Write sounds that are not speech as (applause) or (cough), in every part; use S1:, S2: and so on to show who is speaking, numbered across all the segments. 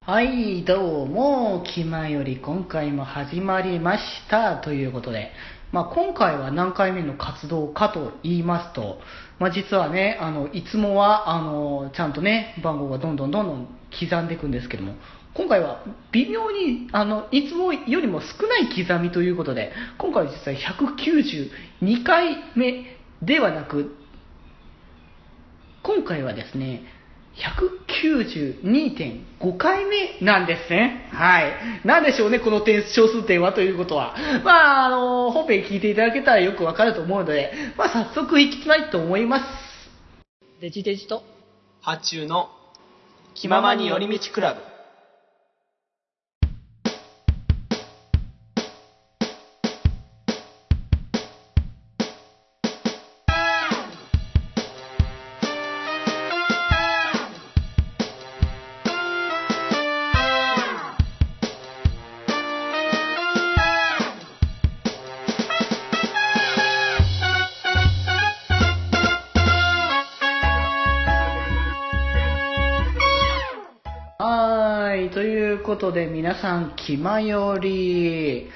S1: はい、どうも、気まより今回も始まりました。ということで、まあ、今回は何回目の活動かと言いますと、まあ、実はね、あの、いつもは、あの、ちゃんとね、番号がどんどんどんどん刻んでいくんですけども、今回は微妙に、あの、いつもよりも少ない刻みということで、今回は実は192回目ではなく、今回はですね、192.5回目なんですね。はい。なんでしょうね、この点小数点はということは。まあ、あの、本編聞いていただけたらよくわかると思うので、まあ、早速いきたいと思います。デジデジと。
S2: 発注の気ままに寄り道クラブ
S1: はーい。ということで、皆さん、気まより。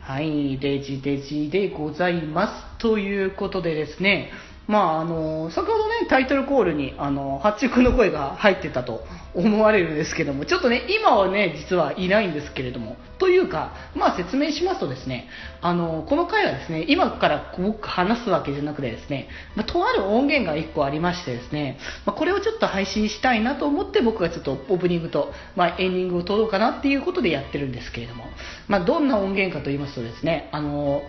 S1: はい、デジデジでございます。ということでですね、まあ、あの、先ほどね、タイトルコールに、あの、八中君の声が入ってたと思われるんですけども、ちょっとね、今はね、実はいないんですけれども、というか、まあ、説明しますとですね、あの、この回はですね、今から僕話すわけじゃなくてですね、まあ、とある音源が1個ありましてですね、まあ、これをちょっと配信したいなと思って、僕がちょっとオープニングと、まあ、エンディングを撮ろうかなっていうことでやってるんですけれども、まあ、どんな音源かと言いますとですね、あの、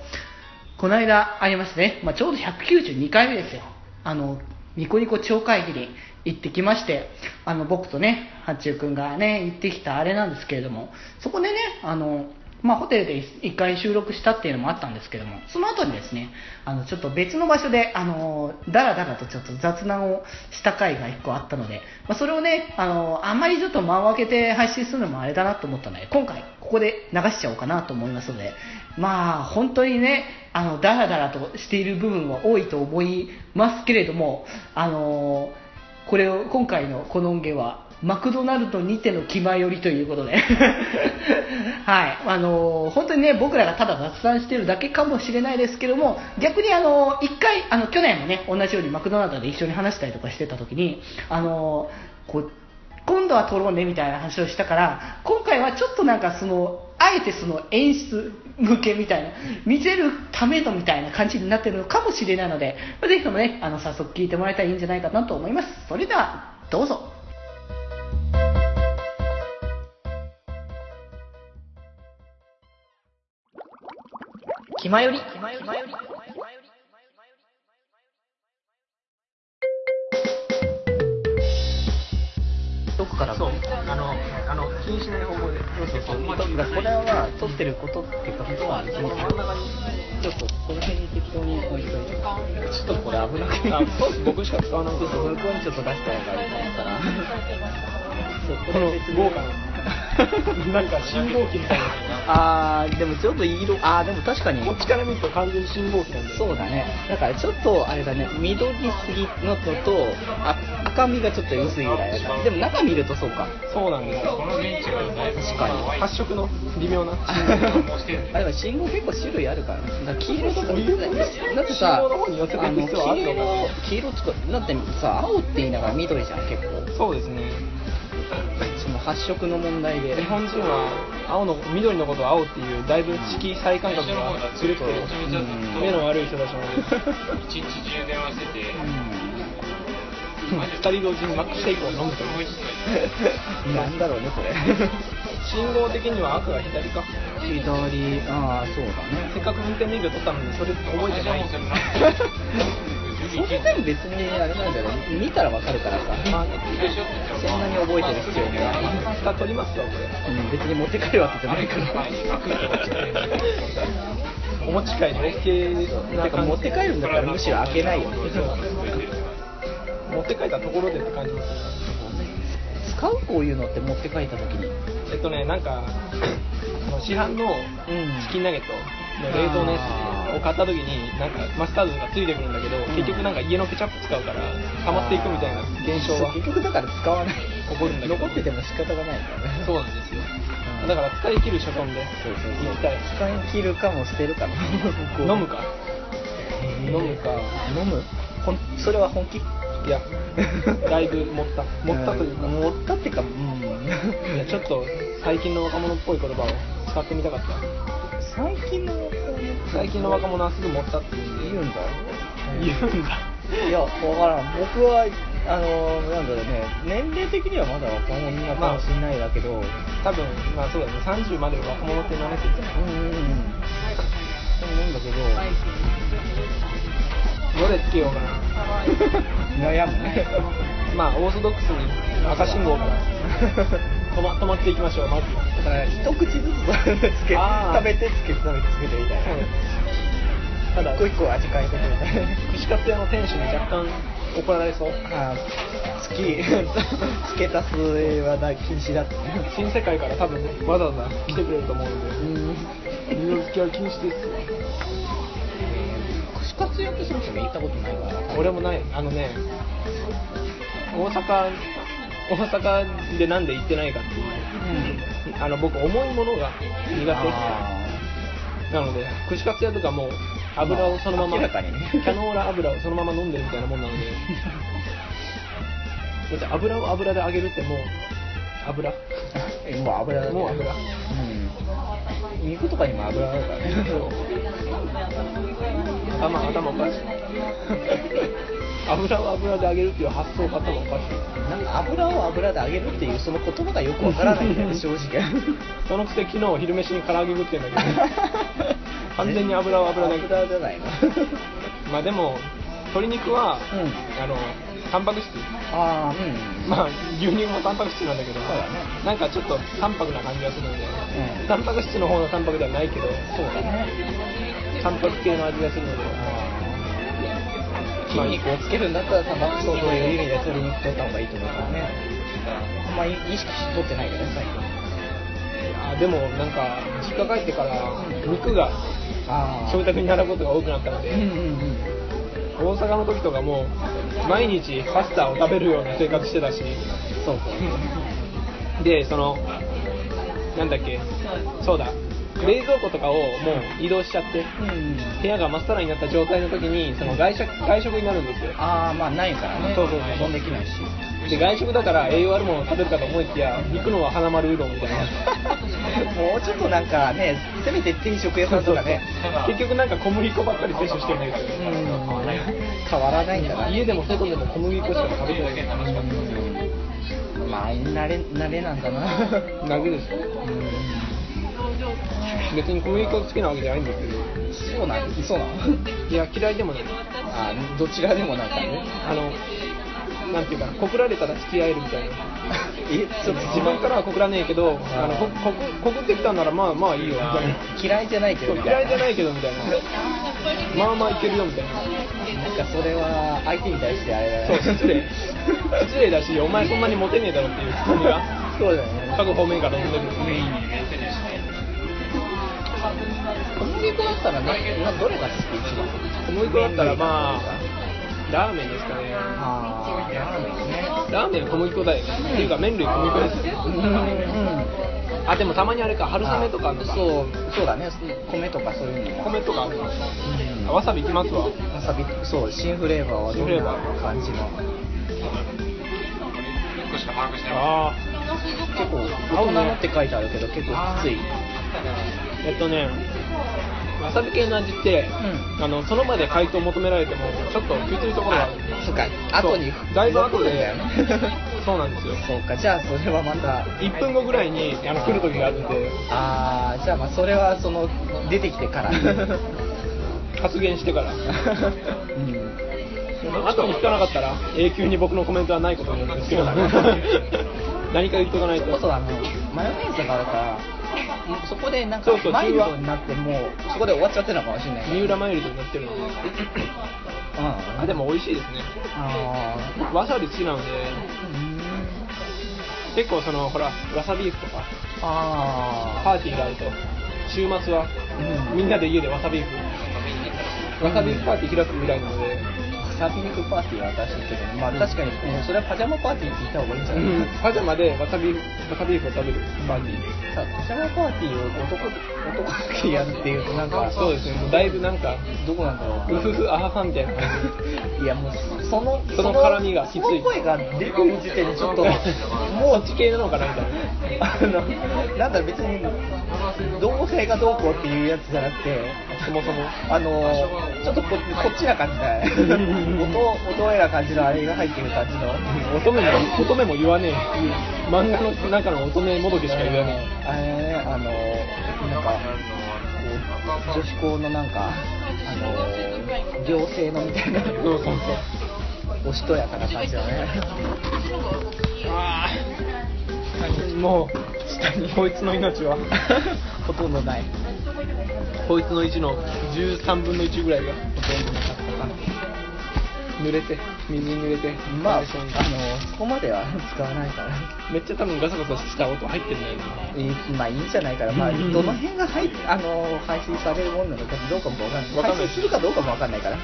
S1: この間ありましたね、まあ、ちょうど192回目ですよあのニコニコ超会議に行ってきましてあの僕とね八中君がね行ってきたあれなんですけれどもそこでねあのまあ、ホテルで1回収録したっていうのもあったんですけどもその後にですねあのちょっと別の場所であのだらだらとちょっと雑談をした回が1個あったので、まあ、それをねあのあんまりちょっと間を空けて配信するのもあれだなと思ったので今回ここで流しちゃおうかなと思いますのでまあ本当にねあのだらだらとしている部分は多いと思いますけれどもあのこれを今回のこの音源はマクドナルドにての気前よりということで (laughs) はいあのー本当にね僕らがただ雑談してるだけかもしれないですけども逆にあのー一回あの去年もね同じようにマクドナルドで一緒に話したりとかしてた時にあのーこう今度は撮ろうねみたいな話をしたから今回はちょっとなんかそのあえてその演出向けみたいな見せるためのみたいな感じになってるのかもしれないのでぜひともねあの早速聞いてもらえたらいいんじゃないかなと思いますそれではどうぞ気まよりどこから
S2: そうあのあの気にしない方向でそうそうそう
S1: だからこれは撮ってることっていうかことはそのちょっとこの辺に適当に置いといてちょっとこれ危なくて
S2: あそう僕しか使わない
S1: そうそう向こうにちょっと出した方がいいと思ったらそう
S2: この豪華ななんか信号機みたいな
S1: あーでもちょっと色あーでも確かに
S2: こっちから見ると完全に信号機なんだよ
S1: そうだねだからちょっとあれだね緑すぎのととあ赤みがちょっと薄いぐらいだからでも中見るとそうか
S2: そうなんですよこのベンチが
S1: 確かに
S2: 発色の微妙な
S1: あれは信号結構種類あるからねだから黄色とか
S2: そういう
S1: だってさ
S2: 信号の方に寄せて
S1: あ
S2: く
S1: の
S2: 必要ある
S1: 黄
S2: のか
S1: 色黄色つかだってさ青って言いながら緑じゃん結構
S2: そうですね
S1: その発色の問題で
S2: 日本人は青の緑のことを青っていうだいぶ色彩感覚がずれて
S1: うん
S2: 目の悪い人たちも
S3: 一日中電話してて、
S2: 2人同時にマックシェイクを飲むという
S1: うんなんだろうねこ
S2: (laughs)
S1: れ
S2: 信号的には赤が左か
S1: 左ああそうだね
S2: せっかく運転免許取ったのにそれ覚えてない
S1: そんなに別にあれなんだよ見たらわかるからさ
S2: あ
S1: そんなに覚えてる必要もない
S2: 下取りますわこれ
S1: うん別に持って帰るわけじゃないから
S2: お持ち帰り OK
S1: な
S2: なん
S1: か
S2: 感
S1: 持
S2: じ
S1: って帰るんだからむしろ開けないよね
S2: 持って帰ったところでって感じです
S1: 使うこういうのって持って帰った時に
S2: えっとねなんかあの市販の
S1: うん
S2: チキンナゲットの冷凍のやつを買った時になんかマスタードがついてくるんだけど、
S1: ん
S2: 結局なんか家のケチャップ使うから溜まっていくみたいな現象は
S4: 結局だから使わない
S2: 起こるんだけど
S4: 残ってても仕方がないからね
S2: そう
S4: う
S2: なんですよ
S4: うん
S2: だから使い切る所存で
S4: そうそうそう
S2: 行きたい
S4: 使い切るかも捨てるかも
S2: (laughs) 飲むか飲むか
S4: 飲むほんそれは本気
S2: いやだいぶ持った持ったというか、
S4: ん持ったっていうかうん
S2: いやちょっと最近の若者っぽい言葉を使ってみたかった
S4: 最近のこうね
S2: 最近の若者はすぐ持ったって言うんで
S4: 言うん
S2: 言
S4: だ
S2: うんだ
S4: いやわからん僕はあのなんだろうね年齢的にはまだ若者かもしれないだけど、
S2: 多分まあそうだね30まで若者ってなめてるじゃない
S4: うんうんうんでもなんだけ
S2: どれつけようかな
S4: ど悩むね
S2: まあオーソドックスに赤信号
S4: (laughs)
S2: から止ま止まっていきましょうまず
S4: だから一口ずつつけ
S2: あー
S4: 食べてつけて食べてつけてみたいな
S2: ただ
S4: 一個一個味変えてくみたいな
S2: 串カツ屋の店主に若干怒られそう
S4: あー (laughs) 月付け足すはだ禁止だって
S2: 新世界から多分わざわざ来てくれると思うんで
S4: うん
S2: 二度付きは禁止です
S4: 串カツ屋ってそもそも行ったことないわ
S2: 俺もないあのね大阪大阪でなんで行ってないかっていうあの僕重いものが苦手なので串カツ屋とかもう油をそのまま、
S4: まあ明らかにね
S2: キャノーラ油をそのまま飲んでるみたいなもんなの
S4: (laughs)
S2: でだって油を油で揚げるってもう油
S4: えもう油だね
S2: もう油
S4: うん肉とかにも油あるからね
S2: 頭頭おかしい (laughs) 油を油で揚げるっていう発想が頭おかしい
S4: なんか油を油で揚げるっていうその言葉がよくわからない
S2: (laughs)
S4: んだよね正直
S2: そのくせ昨日昼飯に唐揚げ食ってんだけ
S4: (laughs)
S2: ど完全に油は油だけど
S4: 油じゃないの
S2: まあでも鶏肉は、
S4: うん
S2: あのタンパク質
S4: (laughs) ああうん
S2: まあ牛乳もタンパク質なんだけど、
S4: そうだね
S2: なんかちょっと淡白な感じがするんで、
S4: うん
S2: タンパク質の方のタンパクではないけど
S4: そうだね
S2: タンパク系の味がするので
S4: 筋肉をつけるんだったらタンパク質を取る意味で鶏肉取った方がいいと思うからねあんまり意識して取ってないよね最近
S2: あでもなんか実家帰ってから肉が
S4: あ
S2: 食卓に並ぶことが多くなったので、
S4: うんうんうん
S2: 大阪の時とかもう毎日パスタを食べるような生活してたし
S4: そうそう
S2: でそのなんだっけそうだ冷蔵庫とかをもう移動しちゃって
S4: うん
S2: 部屋が真っさらになった状態の時にその外食外食になるんですよ
S4: ああまあないからね
S2: そうそうそう
S4: 保存できないし
S2: で外食だから栄養あるものを食べるかと思いきや行くのは花丸うどんみたいな
S4: (laughs) もうちょっとなんかねせめて定食屋さんとかね
S2: 結局なんか小麦粉ばっかり摂取してるんです
S4: う
S2: よ
S4: ん変わらないんだな
S2: 家でも外でも小麦粉しか食べてない
S4: まあ慣れ慣れなんだな
S2: だけですよ別に小麦粉好きなわけじゃないんですけど
S4: そうなのそうなの
S2: いや嫌いでもない
S4: あーどちらでもなんかね
S2: あのなんていうかな告られたら付き合えるみたいな
S4: え
S2: ちょっと自分からは告らねえけどあのこここ告ってきたんならまあまあいいよみたいな
S4: 嫌いじゃないけ
S2: そ
S4: ど
S2: う
S4: みた
S2: 嫌
S4: い
S2: いじゃないけどみたいなまあまあいけるよみたいな
S4: なんかそれは相手に対してあれだ
S2: そう
S4: ね
S2: 失礼失礼だしお前そんなにモテねえだろっていうツッコミが
S4: そうだよね
S2: 各方面から飛んでくる
S4: 小麦粉だったらねなどれが好き一番
S2: 小麦粉だったらまあラーメンですかね
S4: ああラーメンね
S2: ラーメン小麦粉だよねっていうか麺類小麦粉ですよ
S4: うんうん
S2: あでもたまにあれか春雨とかあんのか
S4: そうそうだね米とかそういうのも
S2: 米とかあるの
S4: うん
S2: わさびいきますわ
S4: わさびそう新フレーバーはどんな感じの
S3: 1個しか把握してない。
S2: あ
S4: 結構大人のって書いてあるけど結構きつい
S2: えっとねわさび系の味って、あのその場で解凍求められてもちょっときついところがある
S4: そうか後に
S2: そうだいぶ後で
S4: 残るんだよね
S2: そうなんですよ
S4: (laughs) そうかじゃあそれはまた
S2: 1分後ぐらいにあの来る時があるんで
S4: ああじゃあまあそれはその出てきてから
S2: (laughs) 発言してから
S4: うん
S2: 後に聞かなかったら永久に僕のコメントはないことになるんですけど何か言っとかない
S4: それ
S2: と
S4: こそあのマヨネーズがあるからもうそこでなんか
S2: そうそう
S4: マイルドになってもうそこで終わっちゃってるのかもしれない
S2: 三浦マイルドになってるので
S4: うん
S2: あでも美味しいですね
S4: あー
S2: わさび好きなので
S4: うん
S2: 結構そのほらわさビーフとか
S4: あ
S2: パーティーがあると週末は
S4: ーうん
S2: みんなで家でわさビーフわさびパーティー開くぐらいなので、
S4: サビ肉パーティーは私けど、まあ確かに、うんそれはパジャマパーティーって言った方がいいんじゃないかな。
S2: パジャマでわさび、わさび肉を食べるパーティーで
S4: さパジャマパーティーを男、男だけやるっていうとなんか、
S2: そうですね、もうだいぶなんか、
S4: どこなんだろ
S2: うふふ、あははみたいな感じで。
S4: (laughs) う。いやもう、その、
S2: その絡みがきつい
S4: その声が出てる時点でちょっ (laughs) と、
S2: もう地形なのかなみたいな。
S4: あの、なんだろう別に、同性がどうこうっていうやつじゃなくて、
S2: そもそも。
S4: あのー、ちょっとここっちな感じだ
S2: (laughs)
S4: ね。音、音絵な感じのあれが入ってる感じの。
S2: 乙女も、乙女も言わねえ。漫画の中の乙女もどきしか言わね
S4: あれね、あのー、なんか、こう女子校のなんか、あのー、行政のみたいな、
S2: え。そうそうそう。
S4: おしとやかな感じだね。
S2: ああ。もう、下にこいつの命は。
S4: ほとんどない。
S2: こいつの1の13分の1ぐらいが濡れて水に濡れて
S4: まあ、あのー、そこまでは使わないから。
S2: めっちゃ多分ガサガサした音入ってるんだよね
S4: いいまあいいんじゃないかな、まあ、どの辺が入っあの配信されるものなのかどうかもわかんな
S2: わ
S4: い、
S2: かんない
S4: 配信するかどうかもわかんないから、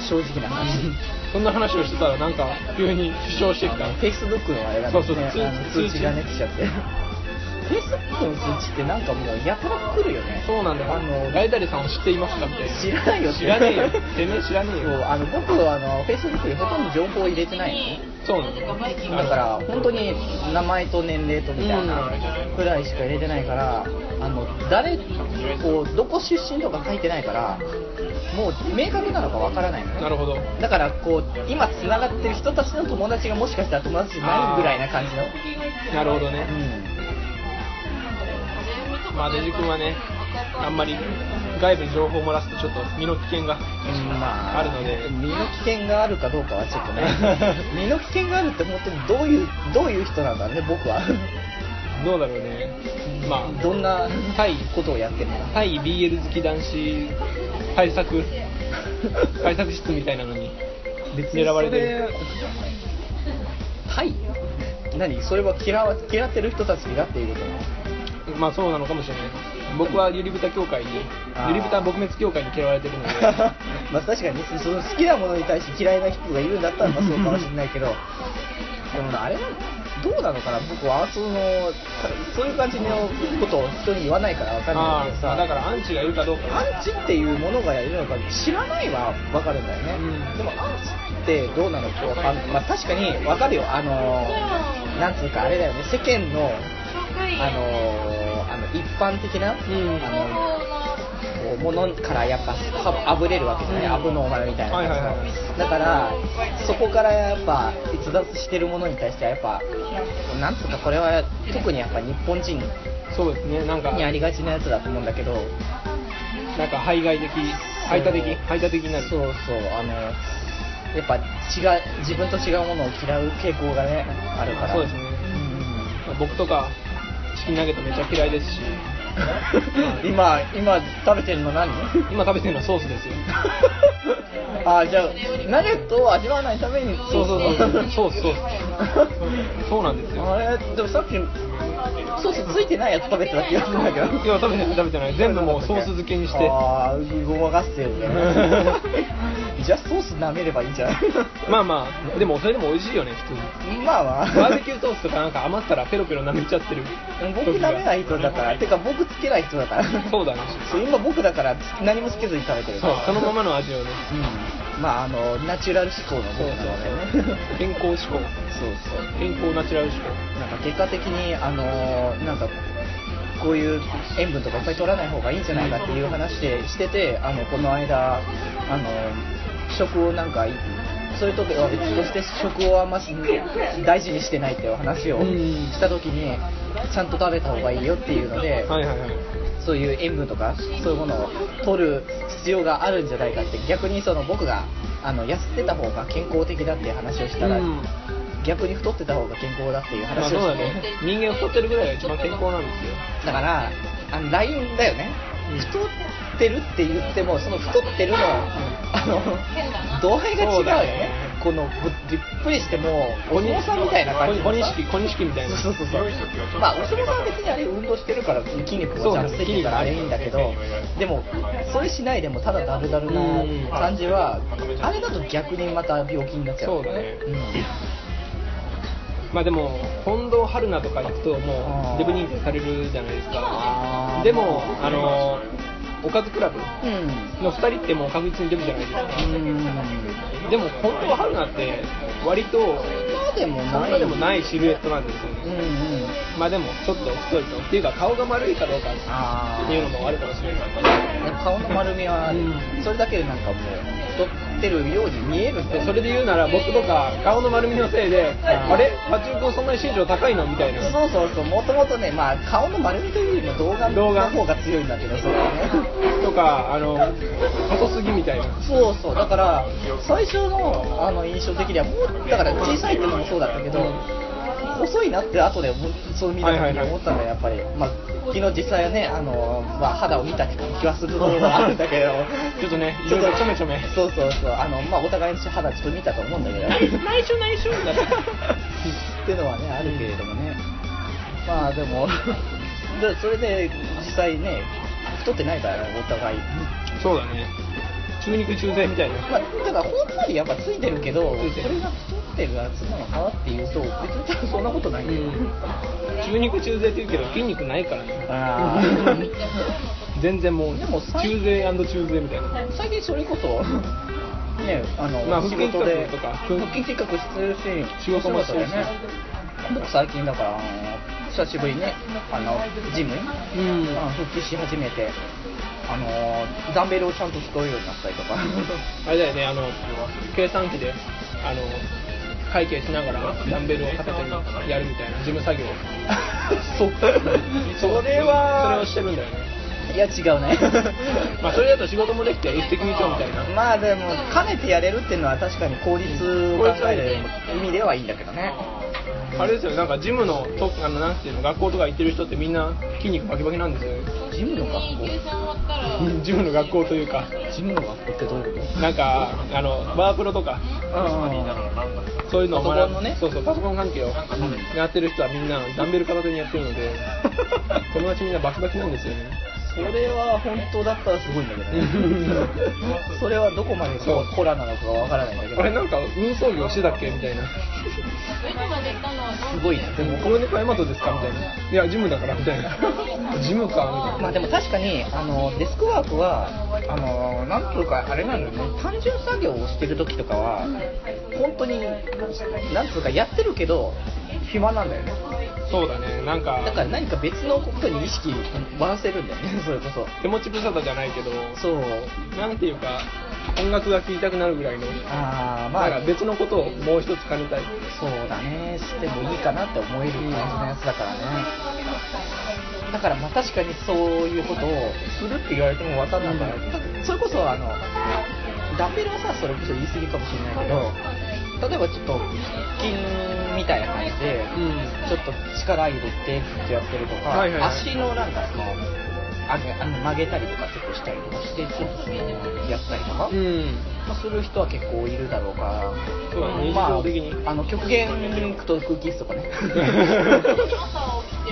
S4: 正直な話、
S2: そんな話をしてたらなんか急に負傷してきた
S4: Facebook のあれが、
S2: そ
S4: ね、
S2: うそう
S4: あの
S2: 通
S4: 通
S2: 知
S4: 知がね、来ちゃって、Facebook の通知ってなんかもう、やたら来るよね、
S2: そうなんだよ
S4: あの
S2: 大谷さんを知っていますかみたいな
S4: 知らないよ
S2: 知らねえよてめえ知らねえ
S4: そう
S2: よ
S4: あの僕はあの Facebook にほとんど情報を入れてないの
S2: そうなんだよ
S4: だから本当に名前と年齢とみたいなくらいしか入れてないから、あの誰こうどこ出身とか書いてないからもう明確なのかわからないの
S2: な
S4: ね
S2: るほど
S4: だからこう今つながってる人たちの友達がもしかしたら友達じゃないぐらいな感じの、
S2: なるほどね
S4: う
S2: まあデジ君はねあんまり外部に情報を漏らすとちょっと身の危険が
S4: ん、まあ
S2: あるので
S4: 身の危険があるかどうかはちょっとね
S2: (laughs)
S4: 身の危険があるって本当にどういうどういう人なんだろうね僕は
S2: どうだろうねまあ
S4: どんな
S2: 対
S4: ことをやってるのか
S2: 対 BL 好き男子対
S4: (laughs)
S2: 策対策室みたいなのに狙われてる
S4: はい何それは嫌わ嫌ってる人たちにだっ
S2: (laughs)
S4: ていうことなの
S2: まあそうなのかもしれない僕はゆりぶた協会に
S4: あー
S2: ゆりぶた撲滅協会に嫌われて
S4: (laughs)
S2: るので
S4: まあ確かにその好きなものに対して嫌いな人がいるんだったらまあそうかもしれないけどでもなあれはどうなのかな僕はそのそういう感じのことを人に言わないから分かんない
S2: あ
S4: んだけ
S2: ー
S4: ど
S2: ま
S4: さ
S2: あだからアンチがいるかどうか
S4: アンチっていうものがいるのか知らないは分かるんだよね、
S2: うん
S4: でもアンチってどうなのか分かんない、まあ、確かに分かるよあのーなんつうかあれだよね世間のあのーあの一般的な、
S2: ん
S4: あのこうものからやっぱはあぶれるわけじゃない、アブノーマルみたいな感じの、
S2: はいはいは
S4: だからそこからやっぱ逸脱してるものに対してはやっぱなんつうかこれは特にやっぱ日本人
S2: そうですねなんか
S4: にありがちなやつだと思うんだけど
S2: なんか排外的排他的排他的になる
S4: そうそうあのやっぱ違う自分と違うものを嫌う傾向がねあるから
S2: そうですねまあ僕とかチキンナゲットめっちゃ嫌いです (laughs) し
S4: うん (laughs) 今今食べてるの何
S2: 今食べてるのはソースですよ
S4: (laughs) あじゃあナゲットを味わわないために
S2: そうそうそうソースソースそうなんですよ
S4: あれでもさっきソースついてないやつ食べてた気がするんだけど
S2: いや食べてない食べてない全部もうソース漬けにして
S4: ああごまかしてるね
S2: (laughs)
S4: じゃあソース舐めればいいんじゃない
S2: まあまあでもそれでも美味しいよね普通に
S4: まあまあ
S2: バーベキューソースとかなんか余ったらペロペロ舐めちゃってる
S4: 僕舐めない人だからてか僕つけない人だから
S2: そうだね
S4: そう今僕だから何もつけずに食べて
S2: そう
S4: るから
S2: そのままの味をね
S4: うんまああのナチュラル思考の僕なのでね
S2: 健康志向
S4: そうそう
S2: 健康ナチュラル志向
S4: なんか結果的にあのなんかこういう塩分とかいっぱい取らない方がいいんじゃないかっていう話でしててあのこの間あの食をなんかそれと別として食をあんまし大事にしてないっていう話を
S2: うん
S4: した時にちゃんと食べた方がいいよっていうので
S2: はいはいはい
S4: そういう塩分とかそういうものを取る必要があるんじゃないかって逆にその僕があの痩せてた方が健康的だっていう話をしたら、
S2: うん
S4: 逆に太ってた方が健康だっていう
S2: まあ
S4: 話
S2: そ
S4: を
S2: うだ
S4: して、
S2: ね人間太ってるぐらいが一番健康なんですよ
S4: だからあの LINE だよね、
S2: うん
S4: 太ってるって言ってもその太ってるの,、あの度合いが違うよね
S2: そうだね
S4: このじっくりしてもお相撲さんみたいな感じ
S2: 小錦小錦みたいな
S4: そうそうそうそうまあお相撲さんは別にあれ運動してるから筋肉
S2: そうな
S4: もちゃ
S2: ん
S4: ん
S2: で
S4: と
S2: す
S4: ついてるからあれいいんだけどでもそれしないでもただだるだるな感じはあれだと逆にまた病気になっちゃうから
S2: そううんまあでも近藤春菜とか行くとも
S4: あー
S2: うデブ認定されるじゃないですか
S4: あー
S2: でもあのおかずクラブ
S4: うん
S2: の2人ってもう確実にデブじゃないですか
S4: うん
S2: でも近藤春菜って割と
S4: まあでも
S2: そん
S4: ない
S2: なでもないシルエットなんですよ
S4: うんう
S2: ね、
S4: ん
S2: まあでもちょっと太いとっていうか顔が丸いかどうか
S4: あ
S2: っていうの
S4: あ
S2: もあるかもしれない
S4: 顔の丸みは
S2: うん
S4: それだけでなんかもう太ってるように見えるんだ
S2: で
S4: よ
S2: それで言うなら僕とか顔の丸みのせいで
S4: あー
S2: あれパチンコそんなに身長高いのみたいな
S4: そうそうそう、もともとね、まあ、顔の丸みというよりも動画
S2: 動
S4: の
S2: 眼
S4: 方が強いんだけど、そうだね。
S2: とかあの細すぎみたいな
S4: そうそう、だから、最初のあの印象的には、もう、だから小さいってのもそうだったけど、細いなって後で思っそう見た時に思ったんだよ、やっぱり。まあ、昨日実際はね、あの、まあ、肌を見た気はするのもあるんだけど、
S2: (laughs) ちょっとね
S4: ちょっ
S2: いろいろ
S4: と
S2: ちょめちょめ
S4: そうそうそう、あの、まあ、お互いの肌ちょっと見たと思うんだけど。
S2: 内緒内緒みたいな
S4: っていうのはねあるけれどもね、まあで
S2: (laughs)
S4: もでそれで実際ね太ってないからお互い、
S2: (laughs) そうだね中肉中背みたいな
S4: まあ、だから本当にやっぱついてるけど
S2: ついてる
S4: それが太ってるやつなのかなっていうと別に多分そんなことないよ、
S2: 中肉中背って言うけど筋肉ないからね
S4: あー
S2: (laughs) 全然もう
S4: でも
S2: 中
S4: 最
S2: 背中背みたいな
S4: 最近それ (laughs) こそねあの、
S2: まあ
S4: 仕事で
S2: 腹筋企画とか
S4: 腹筋計画してるし
S2: 仕事も
S4: そうだよね僕最近だからあの久しぶりにねあのジムに
S2: うん
S4: あ復帰し始めて、あのーダンベルをちゃんと使うようになったりとか、
S2: あれだよねあの計算機であの会計しながらダンベルを片手にやるみたいな事務作業
S4: (laughs) そう
S2: そう
S4: それは
S2: それをしてるんだよね
S4: いや、違う (laughs) ね、
S2: (laughs) まあそれだと仕事もできて一石二鳥みたいな
S4: まあでも、兼ねてやれるっていうのは、確かに効率を考える意味ではいいんだけどね、
S2: あれですよなんかジムのとあのなんていうの学校とか行ってる人ってみんな筋肉バキバキなんですよね
S4: ジムの学
S2: ジムの学校というか
S4: 校、ジムの学校ってどういうこと
S2: なんかあのワープロとかそういうのを
S4: パソコンのね
S2: そうそうパソコン関係をやってる人はみんなダンベル片手にやってるので友達みんなバキバキなんですよね
S4: それは本当だったらすごいんだけどねそれはどこまで
S2: そう
S4: コラなのかわからないんだけど
S2: あれなんか運送業してたっけみたいな
S4: すごいね
S2: でもこの猫ヤマトですかみたいないやジムだからみた
S4: (laughs)
S2: いなジムかみ
S4: まあでも確かにあのデスクワークはあのなんというかあれなんだよね単純作業をしてる時とかは本当になんというかやってるけど暇なんだよね
S2: たいなそうだねなんか
S4: だから何か別のことに意識回せるんだよね (laughs) それこそ
S2: 手持ち無沙汰じゃないけど
S4: そう
S2: なんていうか音楽が聴きたくなるぐらいの
S4: ああま
S2: ま
S4: あ
S2: あ別のことをもう一つ兼ねたい
S4: そうだねしてもいいかなって思える感じのやつだからねだからまあ確かにそういうことをするって言われても分かんないから、それこそあのダンベルはさそれこそ言い過ぎかもしれないけど例えばちょっと腹筋みたいな感じで、
S2: ん
S4: ちょっと力入れてってやってるとか、
S2: はいはいはい
S4: 足のなんかそのあのあの曲げたりとか結構したりとかしてちょっとそのやったりとか、
S2: うん
S4: まあ、する人は結構いるだろうから、
S2: そうだね
S4: ま
S2: 日常的に
S4: あ、あの極限と空気椅子とかね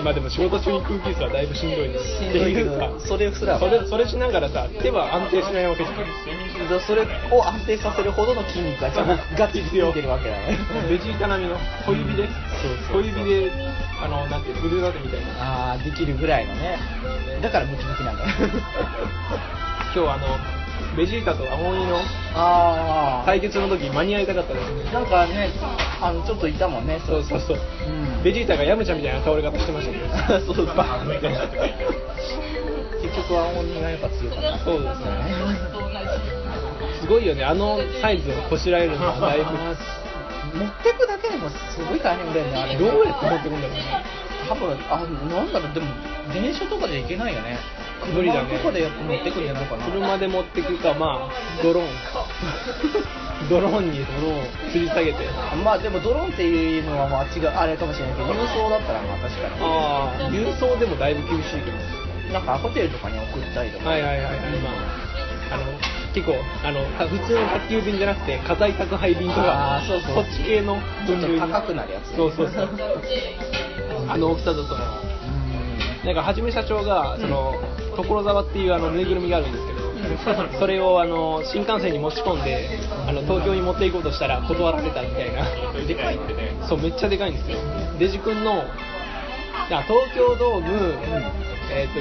S2: まあでも仕事中に空気椅子はだいぶしんどいです
S4: しんどいけど
S2: っていうか
S4: それすら
S2: それそれしながらさ手は安定しないわけじゃん
S4: それを安定させるほどの筋肉がちゃんとガッチリついてるわけだね
S2: ベジータ並みの小指で
S4: そうそう
S2: 小指であのなんていうの腕立てみたいな
S4: ああできるぐらいのねだからムキムキなんだ
S2: 今日あのベジータとアモイの
S4: ああ
S2: 対決の時間に合いたかったですね
S4: なんかねあのちょっといたもんね
S2: そうそうそう
S4: うん
S2: ベジータがヤムチャみたいな倒れ方してましたけど
S4: (laughs) そうそうバーンみたいな
S2: (laughs)
S4: 結局は青鬼がやっぱ強かった
S2: そうですねすごいよねあのサイズをこしらえるのは
S4: (laughs)
S2: だいぶ
S4: 持ってくだけでもすごい大変だよねあれ
S2: どうやって持ってくんだろうね
S4: 多分あなんだろうでも電車とかじゃいけないよね
S2: 無理だね
S4: 車とかでやっぱ持ってくんじゃないかな
S2: 車で持ってくかまあドローン
S4: (laughs)
S2: ドローンにその吊り下げて
S4: まあでもドローンっていうのはまあ違うあれかもしれないけど郵送だったらまあ確か
S2: ああ郵送でもだいぶ厳しいけど
S4: になんかホテルとかに送ったりとか
S2: はいはいはいはいまああの結構あのか普通の宅急便じゃなくて家財宅配便とか
S4: あーそうそう
S2: こっち系の
S4: ちょっ
S2: 分類
S4: と
S2: に
S4: 高くなるやつね
S2: そうそうそう
S4: (laughs)
S2: あの大きさだとなんかはじめ社長がその、所沢っていうあのぬいぐるみがあるんですけど、それをあの新幹線に持ち込んであの東京に持っていこうとしたら断られたみたいな
S3: でかいってね
S2: そうめっちゃでかいんですよデジ君のあ東京ドーム、えー、と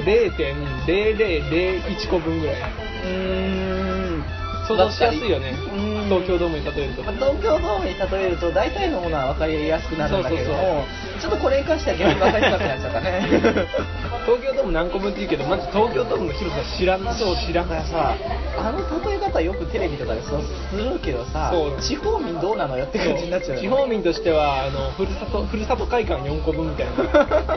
S2: 0.0001個分ぐらい
S4: うん
S2: 想像しやすいよね
S4: うん
S2: 東京ドームに例えると
S4: まあ東京ドームに例えると大体のものは分かりやすくなるんだけどもちょっとこれに関しては逆に分かりづらくなっちゃったね
S2: (laughs) 東京ドーム何個分って言うけどまず東京ドームの広さ知らんそう知ら
S4: だから
S2: ん
S4: さあの例え方よくテレビとかでそうするけどさ
S2: そう
S4: 地方民どうなのよって感じになっちゃうよね
S2: 地方民としてはあのふるさとふるさと会館4個分みたいな
S4: (laughs)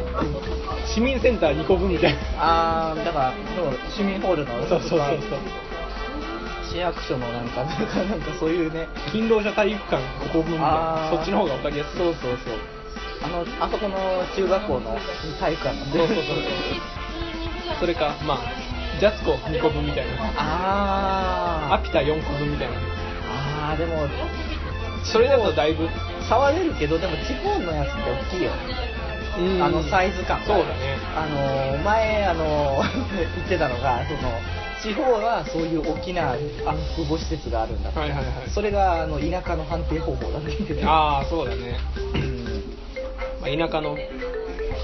S2: 市民センター2個分みたいな
S4: あーだからそう市民ホールの
S2: そうそうそうそう
S4: 市役所のなんかなんかなんかそういうね
S2: 勤労者体育館5個分みたいな
S4: あー
S2: そっちの方が分かりやすい
S4: そうそうそうあのあそこの中学校の体育館の
S2: そうそうそうそれかまあジャスコ2個分みたいなア
S4: あー
S2: ピタ4個分みたいな
S4: あーでも
S2: それだとだいぶ
S4: 触れるけどでも地方のやつって大きいよ
S2: うん
S4: あのサイズ感が
S2: そうだね
S4: あのー前あの (laughs) ー言ってたのがその地方はそういう大きなあの保護施設があるんだって、
S2: はいはいはい
S4: それがあの田舎の判定方法だって言ってた
S2: ああそうだね、
S4: うんうん
S2: まあ、田舎の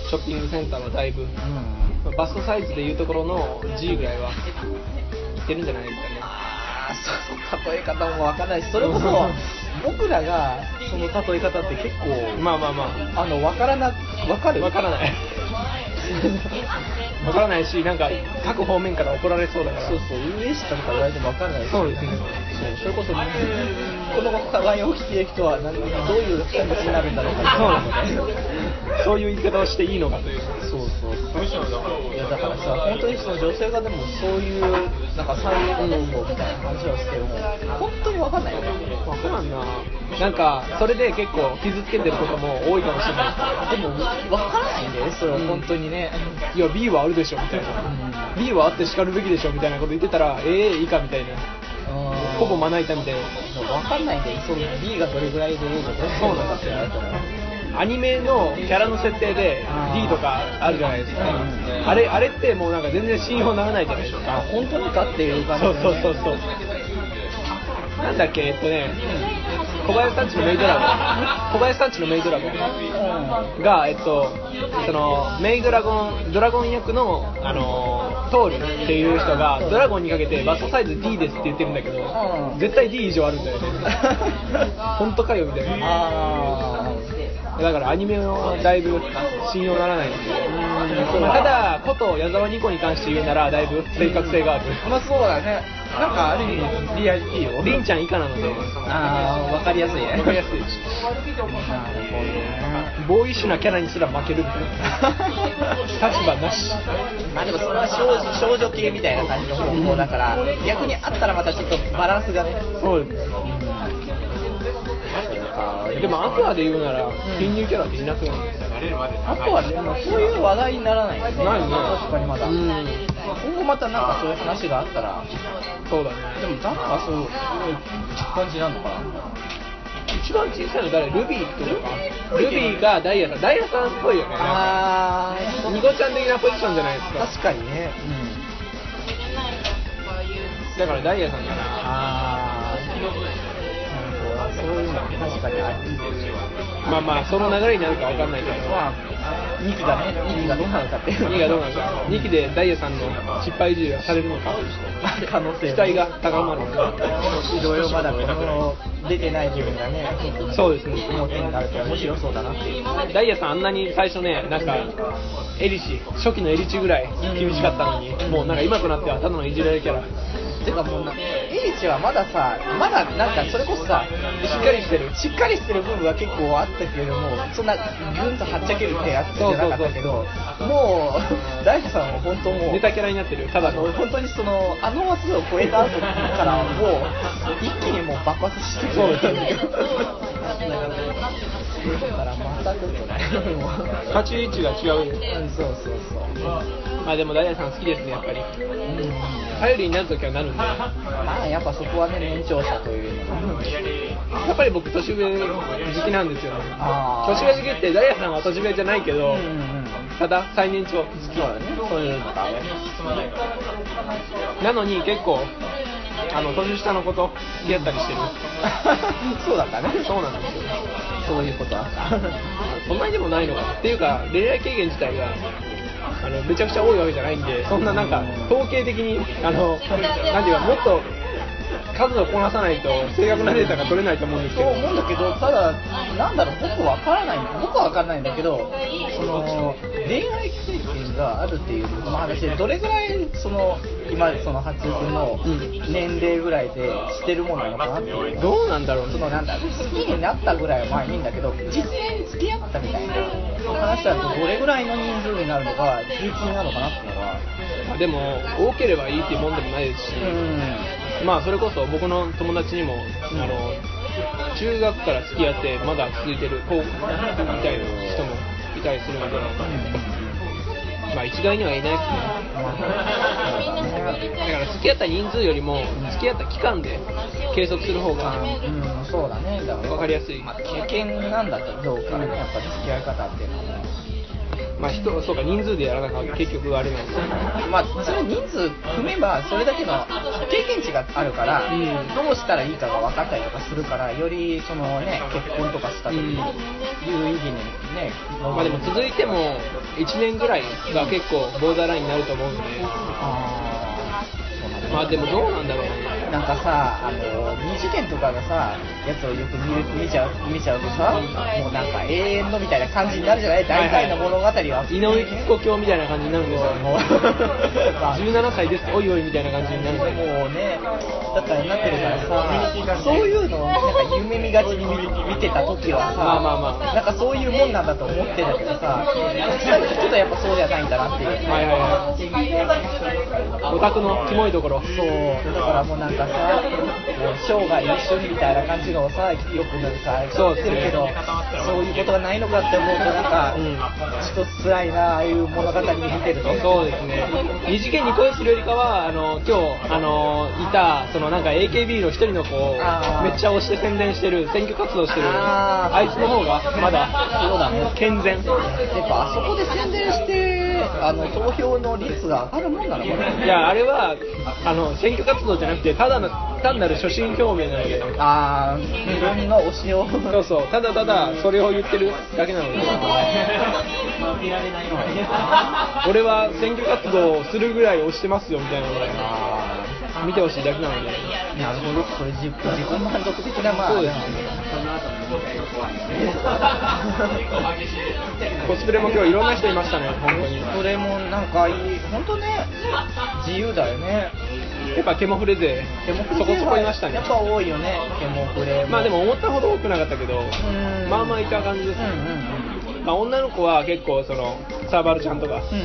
S2: ショッピングセンターはだいぶ、まあバストサイズでいうところの G ぐらいはいってるんじゃないですかね
S4: ああそうそう例え方もわかんないしそれこ
S2: (laughs)
S4: そ僕らがその例え方って結構、
S2: まあまあま
S4: あのわからなわか
S2: あ
S4: る
S2: 分からない分からないしなんか各方面から怒られそうだから
S4: そうそう、運営士さんから言われても分かんない
S2: そうですね
S4: ねそれこそ、この互いに起きてる人は何、どういう気持ちになるんだろうか
S2: そう
S4: みたいなね
S2: そういう言い方をしていいのかという
S4: そうそうそう。
S3: むしろだから
S4: いやだからさ、本当にその女性がでもそういう、なんか採用方法みたいな話をしても、本当に分かんないよね。
S2: わからんななんかそれで結構傷つけてることも多いかもしれな
S4: でも、分からないんだよね、それは本当にね。
S2: いいや B はあるでしょみたいな B はあって叱るべきでしょみたいなこと言ってたらええ以下みたいなほぼまな板みたいな
S4: 分かんないんだよ、その B がどれぐらいでいいのか、どれぐらいのかってなると思う
S2: アニメのキャラの設定で
S4: あー
S2: D とかあるじゃないですか
S4: うん
S2: あれあれってもうなんか全然信用ならないじゃないです
S4: あ
S2: か
S4: 本当にかっていう感じ
S2: そ
S4: だ
S2: う
S4: ね
S2: そうそうそうなんだっけえっとね小林さんちのメイドラゴン小林さんちのメイドラゴンが、えっと、そのメイドラゴンドラゴン役の、あのトールっていう人がドラゴンにかけてバストサイズ D ですって言ってるんだけど、
S4: うん
S2: 絶対 D 以上あるんだよね
S4: (laughs)
S2: 本当かよみたいな
S4: あ
S2: だからアニメのだいぶ信用ならないんで
S4: うん
S2: まあただこと矢沢ニコに関して言うならだいぶ正確性がある
S4: あまあそうだねなんかある意味リアリティを
S2: りんちゃん以下なので
S4: ああわかりやすいね
S2: わかりやすい
S4: なるほどね
S2: ボーイッシュなキャラにすら負けるみたい
S4: (laughs)
S2: な立場なし
S4: まあでもそれは少女少女系みたいな感じの方法だから逆にあったらまたちょっとバランスがね
S2: そうでもアクアで言うなら、新入キャラっていなくなるんですよ
S3: 慣れるまで
S4: あとはねもうそういう話題にならないよね
S2: ないね
S4: 確かにまだ今後またなんかそういう話があったら
S2: そうだね
S4: でもなんかそういう感じなのかな
S2: 一番小さいの誰ルビーってことかルビーがダイヤさんダイヤさんっぽいよね
S4: あー
S2: ニコちゃん的なポジションじゃないですか
S4: 確かにね、うん
S2: だからダイヤさんかな
S4: ああ、そういうの確かにある。
S2: まあまあその流れになるかわかんないけど
S4: まあ、2期だね。2期がどうなるかっていう。
S2: 2期がどうなるか2期でダイヤさんの失敗いじりはされるのか
S4: 可能性
S2: 期待が高まる
S4: いろいろまだこの出てない部分がね、
S2: そうですね
S4: 表になると面白そうだなっていう。
S2: ダイヤさんあんなに最初ねなんかエリチ初期のエリチぐらい厳しかったのにもうなんか今となってはただのいじられキャラ
S4: てかもうな、エリチはまださ、まだなんかそれこそさ、しっかりしてる、しっかりしてる部分は結構あったけれども、そんなぐんとはっちゃける手あってじゃなかったけど、もう、大悟さんは本当もう
S2: ネ、タキャラになってるただ
S4: あ
S2: の
S4: の本当にそのあの枠を超えた後からもう一気にもう爆発してくる
S2: そうです
S4: (laughs) だからだから全くもう
S2: 立ち位置が違うよ
S4: うんそうそうそう
S2: あでもダイヤさん好きですねやっぱり
S4: うん
S2: 頼りになる時はなるんで
S4: まあやっぱそこはね年長者というのが
S2: やっぱり僕年上時期なんですよね
S4: あー
S2: 年上時期ってダイヤさんは年上じゃないけど、
S4: うんうん
S2: ただ最年長
S4: 好きはねそういうのがね
S2: なのに結構あの年下の子と付き合ったりしてる、
S4: そうだったね
S2: そうなんですよ
S4: そういうことあった
S2: そんなにでもないのかっていうか恋愛経験自体があのめちゃくちゃ多いわけじゃないんでそんななんか統計的にあのなんていうかもっと数をこなさないと正確なデータが取れないと思うんですけ
S4: そう
S2: ど
S4: 思うんだけど、ただ、なんだろう、僕わからない、僕はわからないんだけど、その恋愛経験があるっていうこの話で、どれぐらい、その今、その初君の年齢ぐらいで知ってるものなのかなっていうのは
S2: どうなんだろう
S4: そ
S2: ね
S4: のなんだ好きになったぐらいはまあいいんだけど実際に付き合ったみたいな話だとどれぐらいの人数になるのが比率になるのかなっていうのは
S2: でも多ければいいっていうもんでもないですし、
S4: う
S2: まあそれこそ僕の友達にも、あの中学から付き合ってまだ続いてる高校みたいな人もいたりするので、まあ一概には言えないですねだから付き合った人数よりも付き合った期間で計測する方が
S4: うん、そうだね、だから
S2: わかりやすい
S4: まあ、経験なんだけど、からね、やっぱり付き合い方っていうのはね、
S2: まあ人そうか人数でやらなきゃ結局あれなんですよ
S4: まあ、それ人数踏めば、それだけの経験値があるから、
S2: うん
S4: どうしたらいいかが分かったりとかするから、よりそのね、結婚とかした時に、有意義にね、
S2: まあでも続いても1年ぐらいが結構ボーダーラインになると思うんで
S4: あーそうなんだ
S2: まあでもどうなんだろうね
S4: なんかさ、あの二次元とかのさ、やつをよく見る見ちゃう見ちゃうとさ、もうなんか永遠のみたいな感じになるじゃない、大体の物語は。
S2: 井上貴子卿みたいな感じになるんですよ
S4: (laughs) もう
S2: 17歳ですっておいおいみたいな感じになるんで
S4: もうね、だからなってるからさ、そういうのをなんか夢見がちに見見てた時はさ、
S2: まあまあまあ
S4: なんかそういうもんなんだと思ってたけどさ、実際聞くとやっぱそうじゃないんだなっていう。
S2: はいはいはいオタクのキモいところ
S4: そうだからもうなんかさ、もう生涯一緒にみたいな感じのをさ、よくなんか
S2: そう
S4: 言
S2: で
S4: っ
S2: す
S4: て
S2: ね
S4: るけど、そういうことがないのかって思うと、なんか、
S2: うん
S4: ちょっと辛いな、ああいう物語に見てると。
S2: そうですね二次元に恋するよりかはあの今日あのいたそのなんか AKB の一人の子を
S4: あー
S2: めっちゃ推して宣伝してる選挙活動してる
S4: あー
S2: あいつの方がまだ
S4: そうだね
S2: 健全
S4: やっぱあそこで宣伝して、あの投票の率が上がるもんなのかな。
S2: いやあれはあの選挙活動じゃなくてただの単なる初心表明なんだけど
S4: ああ、自分の推しを。
S2: そうそうただただそれを言ってるだけなので俺は選挙活動をするぐらいをしてますよみたいなのが
S4: あ
S2: 見てほしいだけなので
S4: ーなるほど、それ自自己満足的な、まあ、
S2: そうですねコスプレも今日いろんな人いましたね本当に
S4: それもなんかいい、本当ね、自由だよね。
S2: やっぱ毛も触れて
S4: でも
S2: そこそこいましたね
S4: やっぱ多いよね、ケモフレ
S2: まあでも、思ったほど多くなかったけど
S4: うん
S2: まあまあいた感じ
S4: うんう
S2: で
S4: ん
S2: す
S4: う
S2: ね、
S4: ん。
S2: まあ、女の子は結構そのサーバルちゃんとか、
S4: うん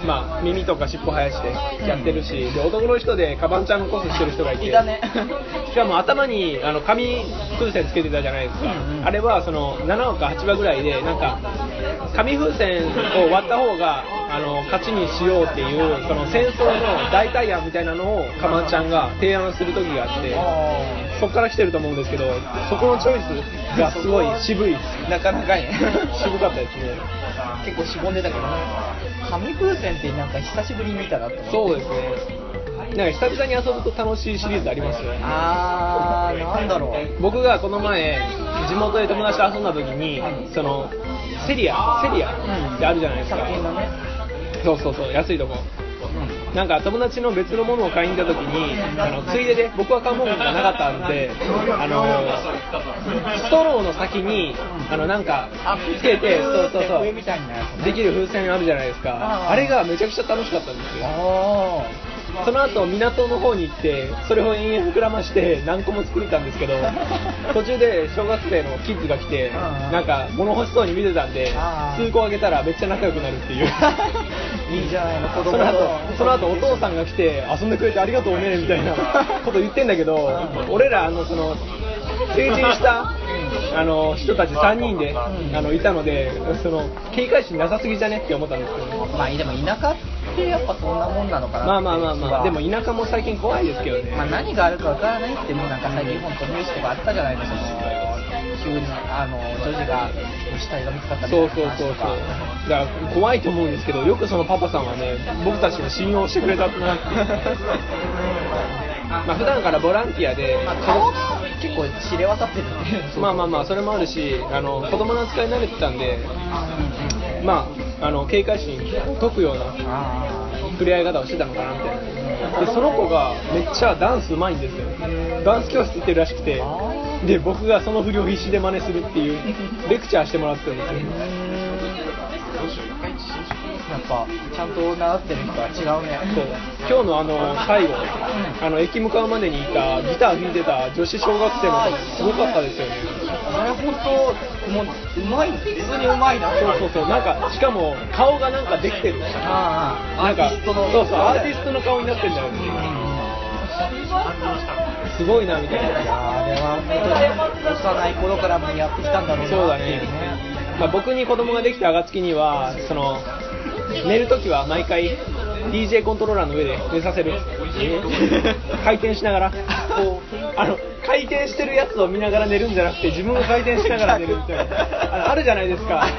S4: うん
S2: まあ、耳とか尻尾生やしてやってるし、で男の人でカバンちゃんのコスしてる人がい
S4: うん。
S2: て
S4: いたね。
S2: (laughs) しかも頭にあの紙風船つけてたじゃないですか、
S4: うんうん
S2: あれはその7話か8話ぐらいでなんか紙風船を割った方があの勝ちにしようっていうその戦争の代替案みたいなのをかまちゃんが提案する時があって
S4: あ
S2: そこから来てると思うんですけどそこのチョイスがすごい渋いです
S4: ーなかなかいね。
S2: (laughs) 渋かったですね
S4: 結構しぼんでたけどね紙風船ってなんか久しぶりに見たなって思って
S2: そうですねなんか久々に遊ぶと楽しいシリーズありますよね
S4: あーなんだろう
S2: 僕がこの前地元で友達と遊んだ時にそのセリアセリアってあるじゃないですか、
S4: 作品のね
S2: そうそうそう安いとこなんか友達の別のものを買いに行った時にあのついでで僕は買うものがなかったんであのストローの先にあのなんかつけてそうそうそ
S4: 上み
S2: う
S4: たいなやつね
S2: できる風船あるじゃないです
S4: あ
S2: か
S4: ー
S2: あれがめちゃくちゃ楽しかったんですよ
S4: あ
S2: その後港の方に行ってそれを延々膨らまして何個も作れたんです
S4: (laughs)
S2: けど途中で小学生のキッズが来て
S4: ああ
S2: なんか物欲しそうに見てたんで
S4: ああ
S2: 数個あげたらめっちゃ仲良くなるっていう
S4: ー (laughs) いいじゃないの子
S2: そ
S4: 供
S2: の後
S4: と
S2: その後お父さんが来て遊んでくれてありがと
S4: (laughs)
S2: うねみたいなこと言ってんだけど俺らあのその成人したあの人たち3人で、
S4: ん
S2: あのいたのでその警戒心なさすぎじゃねって思ったんですけど、
S4: まあでも田舎ってやっぱそんなもんなのかなって
S2: まあまあまあまあでも
S4: い
S2: 田舎も最近怖いですけどね、
S4: まあ、何があるかわからないってもうなんか最近本当ニュースとかあったじゃないですか急にあの女児が死体が見つかったみた
S2: そ
S4: い
S2: う
S4: な
S2: そう
S4: 話
S2: そうそ
S4: と
S2: う
S4: か
S2: だから怖いと思うんですけどよくそのパパさんはね僕たちを信用してくれたなってまあ普段からボランティアで、
S4: まあ、顔が結構知れ渡ってるんで
S2: まあまあまあそれもあるしあの子供の扱いに慣れてたんでまああの警戒心解くような
S4: あ
S2: 触れ合い方をしてたのかなみたいなでその子がめっちゃダンスうまいんですよダンス教室行ってるらしくて
S4: あ
S2: で僕がその振りを必死で真似するっていうレクチャーしてもらってたんですよ
S4: やっぱちゃんと習ってる人は違うね
S2: そう今日のあの最後あの駅向かうまでにいたギター弾いてた女子小学生の子すごかったですよね
S4: あれ本当もううまい普通にうまいな
S2: そうそうそうなんかしかも顔がなんかできてる
S4: ああ
S2: なんか
S4: アーティストの
S2: そうそうアーティストの顔になってるんじゃないですかすごいなみたい
S4: いやーあれ
S2: な
S4: は本当に幼い頃からもやってきたんだろうな
S2: そうだ
S4: ってい
S2: ね、まあ、僕に子供ができた暁にはその寝るときは毎回 DJ コントローラーの上で寝させる回転しながらこうあの回転してるやつを見ながら寝るんじゃなくて自分が回転しながら寝るみたいなあのあるじゃないですか (laughs) あの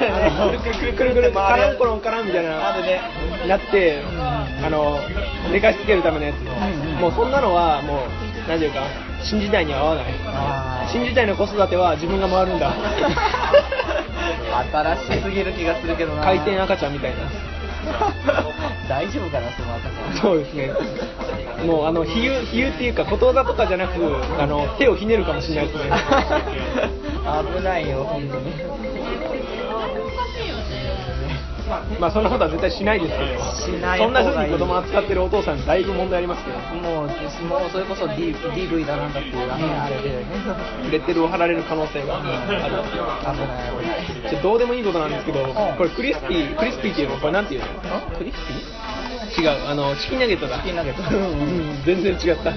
S2: くるくるくるくるカランコロンカランみたいな
S4: あるね
S2: なってあの寝かしつけるためのやつ
S4: んうん
S2: もうそんなのはもう何ていうか新時代には合わない
S4: あ
S2: 新時代の子育ては自分が回る (laughs) んだ
S4: ー新しすぎる気がするけどな
S2: 回転赤ちゃんみたいな
S4: 大丈夫かなその赤ちゃん
S2: そうですねもうあの比喩比喩っていうかことわざとかじゃなくあの手をひねるかもしれないですね
S4: (laughs) 危ないよ本当に
S2: まあそんなことは絶対しないですけど
S4: しない
S2: そ
S4: 方
S2: ん
S4: が
S2: ない風
S4: い
S2: に子供扱ってるお父さんだいぶ問題ありますけど
S4: もうもうそれこそ D DV だなんだっていうあのあれで危
S2: レッテルを貼られる可能性がある
S4: ない危ない
S2: ちょどうでもいいことなんですけど
S4: ん
S2: これクリスピークリスピーっていうのこれなんていうの
S4: あクリスピー
S2: 違うあのチキンナゲットだ
S4: チキンナゲット
S2: うん全然違った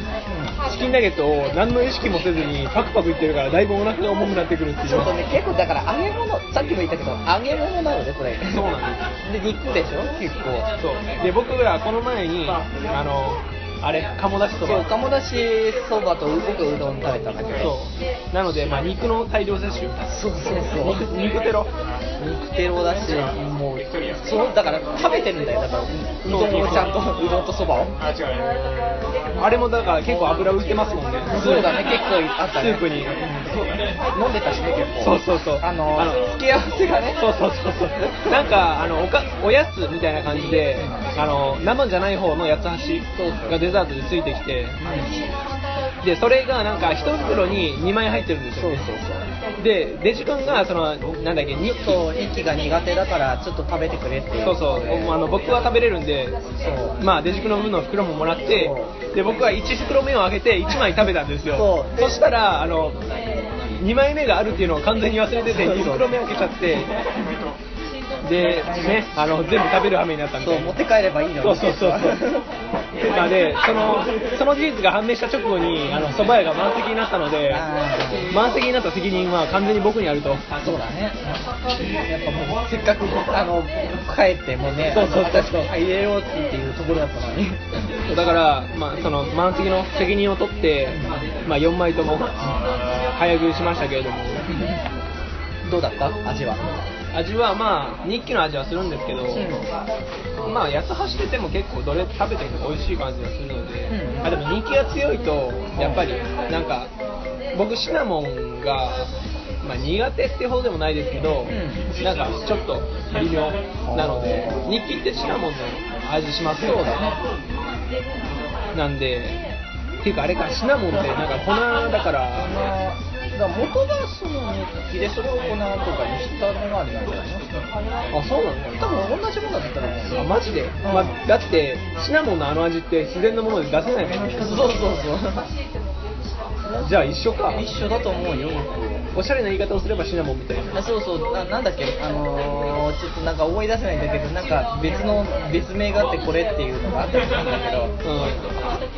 S2: チキンナゲットを何の意識もせずにパクパクいってるからだいぶお腹が重くなってくるっていう
S4: ちょっとね結構だから揚げ物さっきも言ったけど揚げ物なのねこれ
S2: そうなん
S4: で肉でしょ結構
S2: そうで僕らこの前にあのあれ鴨だしと
S4: そう
S2: か
S4: 鴨だしそばと僕うどん食べたんだけ
S2: そ
S4: ど
S2: うなので、まあ、肉の大量摂取
S4: そうそう
S2: 肉肉テロ
S4: 肉テロだしもうそうだから食べてるんだよだからううどんをちゃんとうどんとそばを
S3: あ、違う
S2: あれもだから結構油浮いてますもんね
S4: そうだね結構あったね
S2: スープに
S4: 飲んでたしね結
S2: そ
S4: 構
S2: うそうそう
S4: あの付け合わせがね
S2: そうそうそうそうなんかあのおかおやつみたいな感じであの生じゃない方の八つ橋がデザートでついてきてでそれがなんか一袋に2枚入ってるんですよ、ね、
S4: そうそう
S2: でデジ君がそのなんだっけ
S4: ちょっと息が苦手だからちょっと食べてくれってい
S2: そうそうあの僕は食べれるんで
S4: そう
S2: まあ、デジクの分の袋ももらって
S4: そ
S2: で僕は1袋目をあげて1枚食べたんですよ
S4: そ
S2: そ
S4: う
S2: したらあの2枚目があるっていうのを完全に忘れてて
S4: そう
S2: 2袋目あげちゃってでねあの全部食べる羽目になったみた
S4: そう
S2: い
S4: 持っ
S2: な
S4: て帰ればいいのに
S2: そうそうそ
S4: (laughs)
S2: うてかでそのその事実が判明した直後にあの蕎麦屋が満席になったので
S4: あー
S2: 満席になった責任は完全に僕にあると
S4: あそうだねやっぱもうせっかくあの帰ってもね
S2: そうそうそう
S4: 新しく入れようっていうところだったのに
S2: だから、まあ、その満席の責任を取って、まあ、4枚とも早食いしましたけれども
S4: どうだった味は
S2: 味はまあ日記の味はするんですけど、まあ八つ橋出ても結構どれ食べても美味しい感じがするので、
S4: うん
S2: あでも人気が強いとやっぱりなんか僕シナモンが、まあ、苦手ってほどでもないですけど、
S4: う
S2: なんかちょっと微妙なので日記ってシナモンの味しますよ
S4: そうだ
S2: なんでっていうかあれかシナモンってなんか粉だから
S4: あのだから元がその日記でそれを粉とかにしたのがあれなんじゃないの
S2: あそうなんだ
S4: 多分同じものだったら
S2: あマジで、まあだってシナモンのあの味って自然なもので出せないもん
S4: そうそうそう
S2: じゃあ一緒か
S4: 一緒だと思うよ
S2: おしゃれな言い方をすればシナモンみたいな
S4: あそうそうななんだっけあのー、ちょっとなんか思い出せないんだけどなんか別の別名があってこれっていうのがあったりするんだけど
S2: うん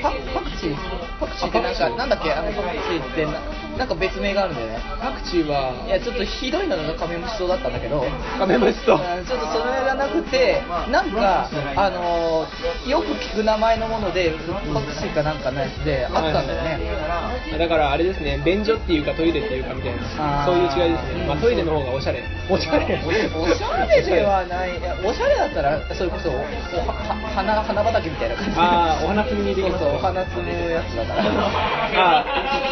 S4: パパクチーパクチーってなん
S2: あパク
S4: か
S2: チー
S4: なんだっけあのパクチーってななんか別名があるんだよね
S2: パクチーはい
S4: やちょっとひどいのがカメムシソだったんだけど
S2: カメムシソ
S4: うんちょっとそれがなくてなんかあのーよく聞く名前のものでパクチーかなんかのやつであったんだよね、
S2: だからあれですね便所っていうかトイレっていうかみたい
S4: あ
S2: なそ
S4: ー
S2: ういう違いですね、ま
S4: う
S2: あ、
S4: ん
S2: トイレの方がおしゃれおしゃれ
S4: おしゃれではないいやおしゃれだったらそれこそおは花花畑みたいな感じ
S2: あーお花摘みにでき
S4: そ
S2: ま
S4: う
S2: す
S4: そうお花摘むやつだから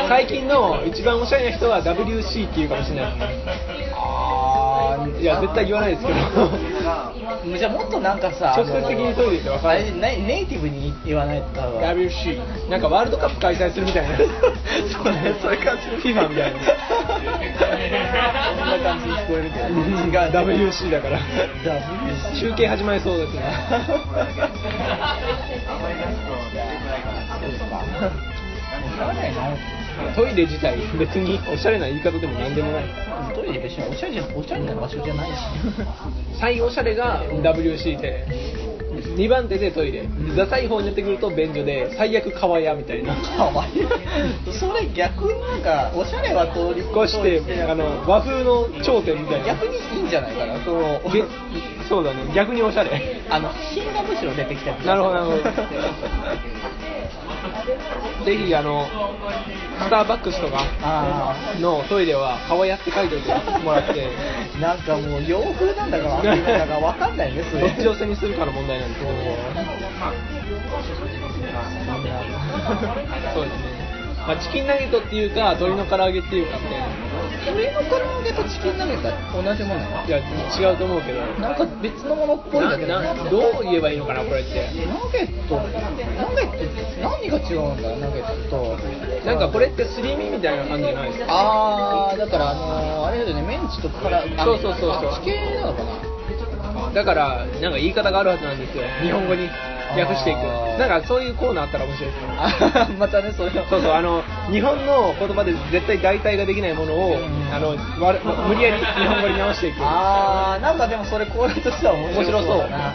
S2: あ最近の一番おしゃれな人は WC っていうかもしれないですね
S4: あー
S2: いや絶対言わないですけど
S4: じゃあもっとなんかさ
S2: 直接的にトイレってわかる
S4: あれネイネイティブに言わないと多分
S2: WC なんかワールドカップ開催するみたいな
S4: そうねそういう感じ
S2: FIFA みたいな
S4: そんな感じに聞こえるけど
S2: が WC だから
S4: WC
S2: 集計始まりそうですね
S4: そうか
S2: トイレ自体別におしゃれな言い方でも何でもない
S4: トイレ別におしゃれじゃおしゃれな場所じゃないし
S2: 最おしゃれが WC で2番手でトイレダサい方になってくると便所で最悪川屋みたいな
S4: かわいいそれ逆になんかおしゃれは通り
S2: こうしてあの和風の頂点みたいな
S4: 逆にいいんじゃないかなその
S2: げそうだね逆におしゃれ
S4: あの品がむしろ出てきた
S2: なるほどなるほどぜひあのスターバックスとか
S4: ああ
S2: のトイレは川屋って書いておいてもらって
S4: (laughs) なんかもう洋風なんだか和風なんだかわかんないねそ
S2: ど
S4: れ
S2: っち寄せにするかの問題なんですけどそうですね、まあ、チキンナゲットっていうか鶏の唐揚げっていうかみたいな
S4: 鶏の唐揚げとチキンナゲットは同じものない
S2: や違うと思うけど
S4: なんか別のものっぽいんだけど
S2: ななどう言えばいいのかなこれって
S4: ナゲットナゲットって何が違うんだナゲットと
S2: なんかこれってすり身みたいな感じじゃないですか
S4: ああだからあのー、あれだよねメンチとからあ
S2: そうそうそうそう
S4: あっち系なのかな (laughs)
S2: だからなんか言い方があるはずなんですよ日本語に訳していく
S4: あー
S2: なんかそういうコーナーあったら面白いですね
S4: あまたねそれ
S2: (laughs) そうそうあの日本の言葉で絶対代替ができないものを
S4: うん
S2: あのわ無理やり日本語に直していく
S4: あーなんかでもそれこういうとしては面
S2: 面
S4: 白
S2: 白
S4: そ
S2: そう
S4: だな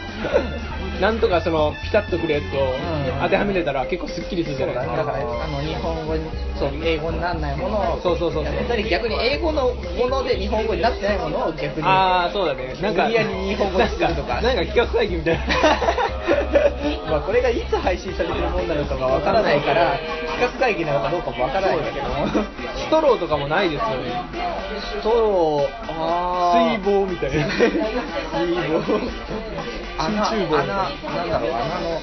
S2: なんとかそのピタッとくるやつ
S4: ん
S2: を当てはめれたら結構すっきりするじ
S4: そ
S2: ゃな
S4: う
S2: いですか
S4: だねだからあの日本語にそう英語にならないものを
S2: そうそうそうそう
S4: やったり逆に英語のもので日本語になってないものを逆に
S2: ああそうだねなんか
S4: 無理やり日本語にするとか
S2: なんなんか企画会議みたいな
S4: まあこれがいつ配信されてるものなのかがわからないから企画会議なのかどうかもわからないんだけども
S2: ストローとかもないですよね
S4: そう
S2: 水
S4: あ
S2: 棒みたいな
S4: 水棒穴
S2: 水中棒
S4: 穴なんだろう穴の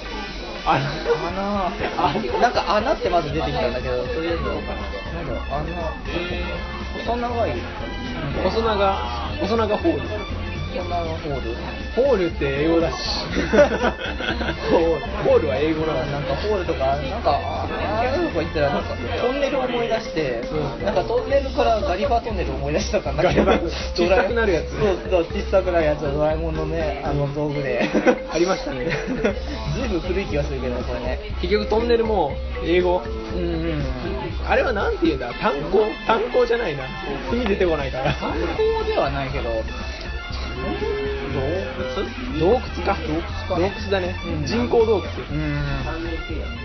S2: あ
S4: 穴なんか穴ってまず出てきたんだけどとりあえずなんだろう穴細長い
S2: の細長細長ホール
S4: 細長ホール
S2: ホールって英語だしホールホールは英語なの
S4: なんかホールとかなんかああいうとこ行ったらなんかトンネル思い出して
S2: うん
S4: なんかトンネルからガリバートンネル思い出したかな
S2: ガリバー小
S4: ドラえ
S2: さくなるやつ
S4: そうそう小さくなるやつドラえもんのねあの道具で
S2: ありましたね
S4: ずいぶん古い気がするけどねこれね
S2: 結局トンネルも英語
S4: うんうん
S2: あれはなんて言うんだ炭鉱炭鉱じゃないな意味出てこないから
S4: 観光ではないけど
S2: 洞窟か
S4: 洞窟か
S2: 洞窟だね、
S4: うん
S2: 人工洞窟
S4: うん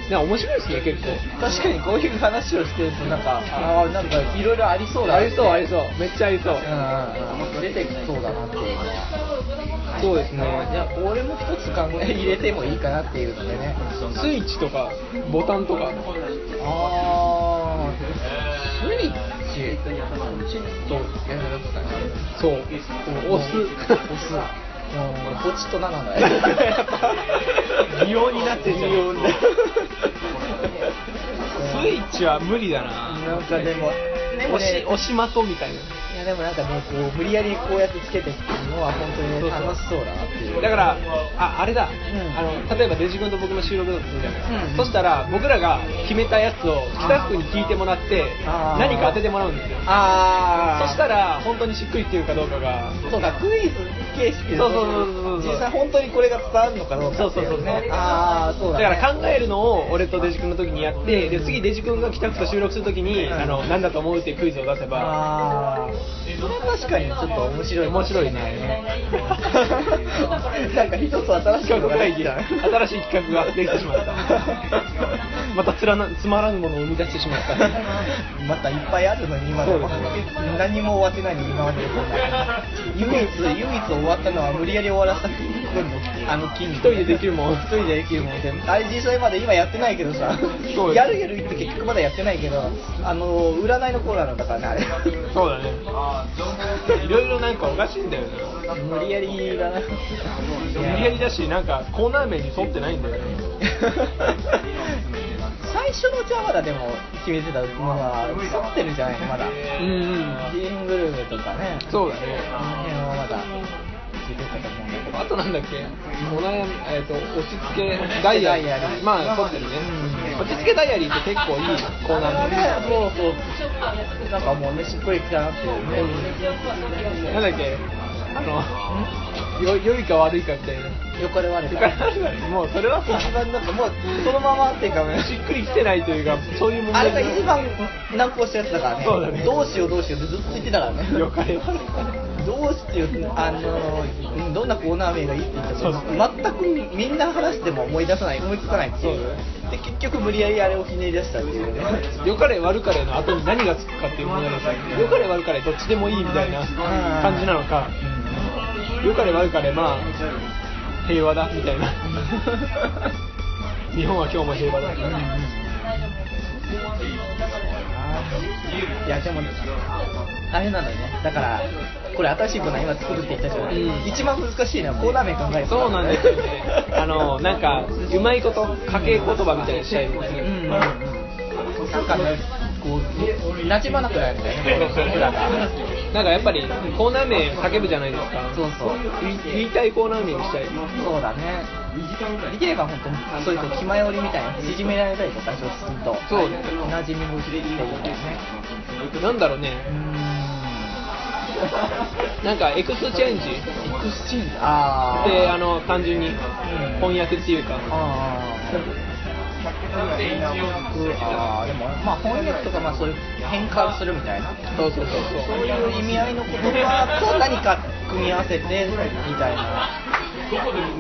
S2: なんか面白いですね結構
S4: 確かにこういう話をしてるとなんかああなんかいろいろありそうだ
S2: ありそうありそううめっちゃありそう
S4: うんうん出てきそうだなっていうのは
S2: そうですね
S4: いや俺も一つ考え (laughs) 入れてもいいかなっていうのでね
S2: スイッチとかボタンとか
S4: ああスイッチちょっとやるやつだね
S2: そう押 (laughs) す
S4: 押すうんポチッと7だ (laughs) よ
S2: やっぱ擬音になってんじゃん
S4: 擬
S2: (laughs)
S4: 音だ
S2: スイッチは無理だな
S4: なんかでもでも
S2: 押
S4: ね
S2: し押しまとみたいない
S4: やでもなんかねこう無理やりこうやってつけてっていうのは本当にね
S2: そうそう
S4: 楽しそうだなっていう
S2: だからああれだ、
S4: ん
S2: あの例えばデジ君と僕の収録だとするじゃないですか、
S4: うん
S2: そしたら僕らが決めたやつをスタッフに聞いてもらって
S4: あー
S2: 何か当ててもらうんですよ
S4: あ
S2: そ
S4: あ
S2: したら本当にしっくりっていうかどうかが
S4: そうかクイズ形式で
S2: そうそうそうそうそう
S4: 実際本当にこれが伝わるのかどうかってい
S2: そうそうそうそう
S4: ああそうだ,、
S2: だ
S4: ね、
S2: から考えるのを俺とデジ君の時にやってで次デジ君が帰宅と収録する時にあの何だと思うっていうクイズを出せば
S4: ああそれは確かにちょっと面白い
S2: 面白いね
S4: (laughs) (laughs) なんか一つ新しい
S2: 企
S4: の
S2: 画
S4: がで
S2: 会
S4: き
S2: 議
S4: た
S2: 新しい企画ができてしま (laughs) ったまたつらなつまらぬものを生み出してしまった
S4: またいっぱいあるのに今でも
S2: そうで
S4: 何も終わってないのに今までのこんな唯一唯一終わったのは無理やり終わらせたのにあの筋肉
S2: 一人でできるもん
S4: 一人でできるもん全部あれ実際まで今やってないけどさ
S2: そう
S4: やるやる言って結局まだやってないけどあの占いのコーナーなんだからねあれ
S2: そうだねいろいろなんかおかしいんだよね
S4: 無理やりだな
S2: 無理やりだしなんかコーナー名に沿ってないんだよね
S4: 最初のうちはまだでも決めてたものは沿ってるじゃないまだ
S2: うんうん
S4: リングルームとかね
S2: そうだね
S4: あの辺はまだ聞いてたと思うんだけど
S2: あとなんだっけお悩みえっ、と押し付けダイアリ
S4: 押し付けダイアリ
S2: ー
S4: ー
S2: まあ撮ってるね
S4: うん
S2: 押し付けダイアリーって結構いいコーナーだよね
S4: もうそうなんかもうねしっくりきたなっていうね、
S2: なんだっけあのよ (laughs) 良いか悪いかみたいな
S4: よかれ悪い
S2: (laughs)
S4: か
S2: もうそれは
S4: 一番なんかもうそのままっていうかね
S2: しっくりきてないというかそういう問
S4: あ
S2: 題
S4: れが一番難航したやつだからね
S2: そうだね
S4: どうしようどうしようってずっと言ってたからね
S2: よかれ悪いか
S4: どうしてよあのうんどんなコーナー名がいいって言ったか全くみんな話しても思い出さない思いつかないっていう
S2: そうだね
S4: で結局無理やりあれをひねり出したっていうね
S2: 良かれ悪かれの後に何がつくかっていう問題ですね良かれ悪かれどっちでもいいみたいな感じなのか良かれ悪かれまあ平和だみたいな (laughs) 日本は今日も平和だみたいな、
S4: いやでもあれなのよねだからこれ新しいコーナー今作るって言ったじゃない、
S2: うん
S4: 一番難しいのはコーナー名考える
S2: そうなんですよね。あの、なんか、うまいこと、家計言葉みたいにしたいです
S4: う
S2: ね。
S4: んなんかねこう馴染まなくなるんだよね僕らが
S2: (laughs) なんかやっぱりコーナー名叫ぶじゃないですか
S4: そうそう
S2: 言い言いたいコーナー名にしたい
S4: そうだね。できれば本当にそういう気前寄りみたいな縮められたりとかそうすると、
S2: そうね
S4: 馴染み欲しいっていうかね。
S2: なんだろうね
S4: うーん。
S2: なんかエクスチェンジ
S4: エクスチェンジ。ああ。
S2: であ。の単純に翻訳っていうか
S4: あーあー。でもまあ翻訳とかまあそういう変換するみたいな。
S2: そうそうそう
S4: そ
S2: そう
S4: ういう意味合いの言葉と何か組み合わせてみたいな。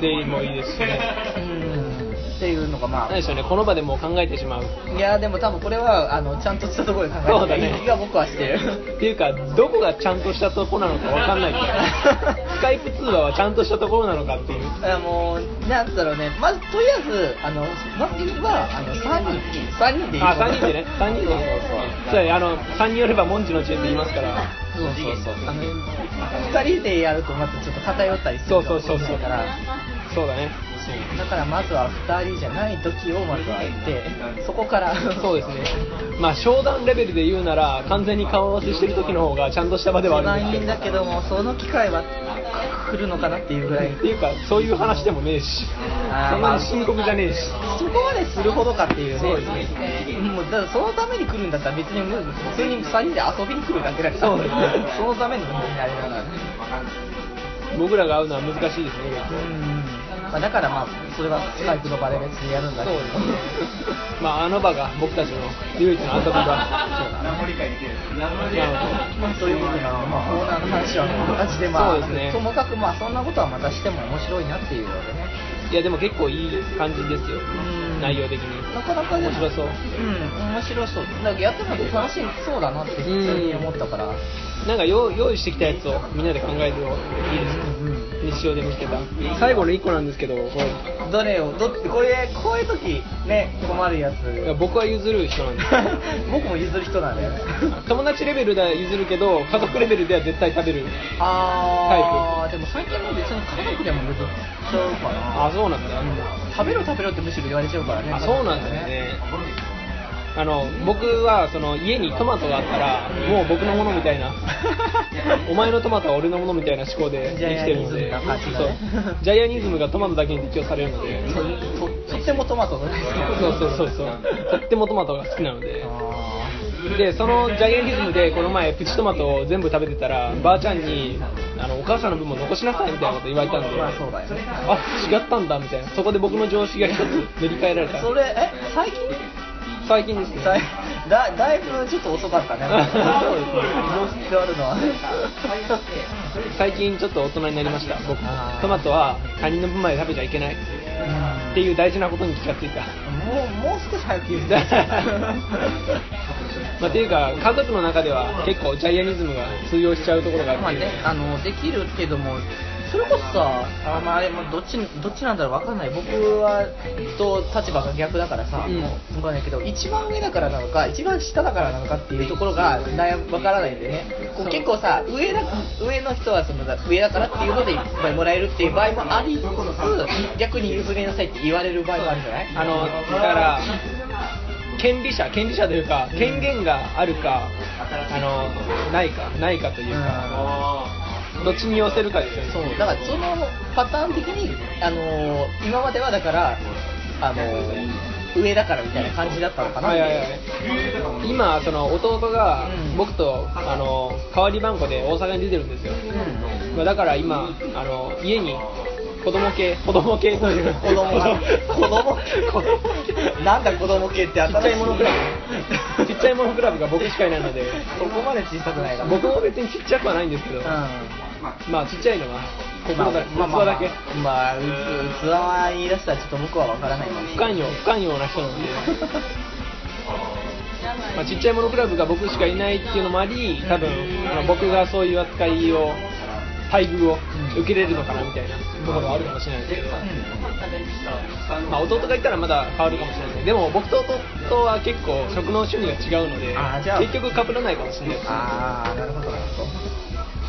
S2: でもいいですしね
S4: うん。っていうのがまあ
S2: 何。でしょうねこの場でもう考えてしまう
S4: いやでも多分これはあのちゃんとしたところで考え
S2: そう
S4: た
S2: だね
S4: 気が僕はして
S2: (laughs)
S4: る
S2: っていうかどこがちゃんとしたとこなのかわかんないみた
S4: (laughs)
S2: いなスカイプ通話はちゃんとしたところなのかっていう
S4: あもうなんだろうねまずとりあえずあのまずはあの三人三人でいい
S2: あ三人でね三人で
S4: そ
S2: そ
S4: う
S2: うそうあの三人よれば文字の知恵って言いますから
S4: そうそうそうそうあの二人でやるとまずちょっと偏ったりする
S2: そうそうそう
S4: かも
S2: そう
S4: しれないから
S2: そうだね
S4: だからまずは二人じゃない時をまずはやってそこから
S2: そうですね
S4: (laughs)
S2: まあ商談レベルで言うなら完全に顔合わせしてる時の方がちゃんとした場ではあるんです
S4: 人
S2: け
S4: だけどもその機会は来るのかなっていうぐらい
S2: どっていうかそういう話でもねえし
S4: あー
S2: そんなに深刻じゃねえし
S4: そこまでするほどかっていうね、
S2: そうですね
S4: もうだからそのために来るんだったら別にもう普通に3人で遊びに来るだけだから、
S2: そうですね
S4: そのための別にあれだから、
S2: 僕らが会うのは難しいですね結構
S4: まあ、だからまあ、それはスカイプの場で別にやるんだけど、
S2: そうまああの場が僕たちの唯一の遊び場なので
S4: まあそういうことなの、まあ、コーナーの話はこんな感じで、まあ、
S2: そうですね
S4: ともかくまあそんなことはまたしても面白いなっていうのでね、
S2: いやでも結構いい感じですよ
S4: ん
S2: 内容的に
S4: なかなかで
S2: 面
S4: も
S2: 白そう
S4: うん、面白そう、なんかやっても楽しそうだなって、普通に思ったから。
S2: なんか用用意してきたやつをみんなで考えてよいいですか
S4: うん
S2: 日常で見つけた最後の1個なんですけどこれ
S4: どれをどっちこれこういう時ね困るやつ
S2: い
S4: (laughs)
S2: や僕は譲る人なん (laughs) です
S4: 僕も譲る人なんだよね
S2: 友達レベルでは譲るけど家族レベルでは絶対食べる
S4: ああでも最近も別に家族でも別にしちゃうかな
S2: あそうなんだ、
S4: 食べろ食べろってむしろ言われちゃうからね
S2: あそうなんですねあの僕はその家にトマトがあったらもう僕のものみた (laughs) いなお前のトマトは俺のものみたいな思考で生きてるので
S4: ジャイアニズムな感じだね
S2: そうジャイアニズムがトマトだけに適用されるので
S4: とととってもトマトのね
S2: そうそうそうそうとってもトマトが好きなので
S4: あ
S2: でそのジャイアンリズムでこの前プチトマトを全部食べてたらばあちゃんにあのお母さんの分も残しなさいみたいなこと言われたんで、
S4: まあそうだよね
S2: あ違ったんだみたいなそこで僕の常識が一つ塗り替えられ
S4: ー
S2: た
S4: それえ最近
S2: 最近ですね
S4: 最だだいぶちょっと遅かったね
S2: そうですね
S4: (laughs) 常識があるのは
S2: (laughs) 最近ちょっと大人になりました僕
S4: あー
S2: トマトは他人の分まで食べちゃいけないっていう大事なことに気がついた
S4: もうもう少し早
S2: (laughs)
S4: く言って
S2: まあ、っていうか家族の中では結構ジャイアニズムが通用しちゃうところが
S4: ま
S2: あ
S4: あ
S2: って、
S4: ね、あのできるけども、それこそさ、あまあ、でもどっちどっちなんだろうわかんない、僕はと立場が逆だからさ、
S2: うん
S4: もうわかんないけど、一番上だからなのか、一番下だからなのかっていうところが悩むわからないんでね、こう結構さ上だ、上の人はその上だからっていうのでいっぱいもらえるっていう場合もありつつ、逆に譲りなさいって言われる場合もあるじゃない
S2: あのだから権利者権利者というか権限があるか、あのないかないかというか、どっちに寄せるかですよね
S4: そうだからそのパターン的に、あのー今まではだから、あのー上だからみたいな感じだったのかなっ
S2: は
S4: て
S2: いは
S4: いう
S2: いはい今その弟が
S4: うん
S2: 僕とあの代わり番号で大阪に出てるんですよまあだから今あの家に子供系子供系という
S4: 子供が子供
S2: 子供
S4: なんだ子供系って
S2: ちっちゃ
S4: 新し
S2: いものクラブちっちゃいものクラブが僕しかいないので
S4: そこまで小さくないから
S2: 僕も別にちっちゃくはないんですけど、
S4: うん
S2: まあちっちゃいのは心だけ、
S4: まあまあまあ
S2: 器だけ
S4: まあうつ器は言い出したらちょっと僕は分からないかもし
S2: 不
S4: れない
S2: 寛容不寛容な人な
S4: (laughs)
S2: のでまあちっちゃいものクラブが僕しかいないっていうのもあり多分あの僕がそういう扱いを待遇を受けれるのかなみたいなところはあるかもしれないですけど、まあ、弟がいたらまだ変わるかもしれないですねでも僕と弟は結構食の趣味が違うので
S4: あーじゃあ
S2: 結局かぶらないかもしれないです
S4: ああなるほどなるほど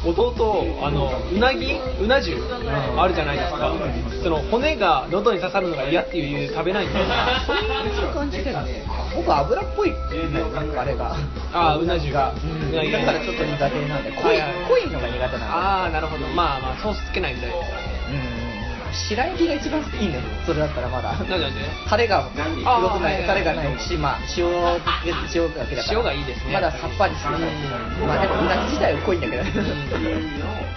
S2: 弟あのうなぎうな重あるじゃないですかその骨が喉に刺さるのが嫌っていう理由で食べないんですよ
S4: そういう感じだよね僕油っぽいなんかあれが
S2: ああうな重が、うなぎ
S4: だからちょっと苦手なんで濃い
S2: はいはい
S4: 濃いのが苦手なんで
S2: ああなるほどまあまあソースつけないみたいです
S4: うん白焼きが一番いいんだよそれだったらまだ
S2: なんでなんで
S4: タレが黒くない
S2: あー
S4: タレがないし、まあ、塩塩だけだから
S2: 塩がいいですね
S4: まださっぱりするから
S2: うん
S4: まあでもうなぎ自体は濃いんだけど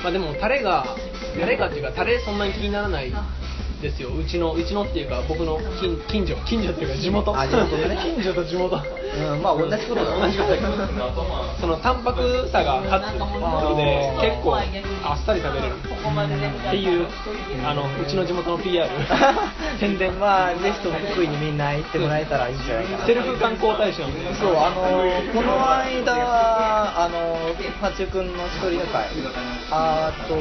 S2: まあでもタレがタレがっていうかタレそんなに気にならないですようちのうちのっていうか僕の近近所近所っていうか地元
S4: あ地元
S2: (laughs)
S4: ね
S2: 近所と地元
S4: うんまあ同じこ
S2: (laughs)
S4: とだ
S2: 同じことだけどその淡白さが勝つので結構あっさり食べれるっていうあのうちの地元の
S4: (laughs)
S2: PR 宣伝
S4: まあぜひとも福井にみんな行ってもらえたらいいんじゃな
S2: (laughs)
S4: いかな
S2: セルフ観光大使なんで
S4: そうあのこの間あの八中君の一人の会あーっと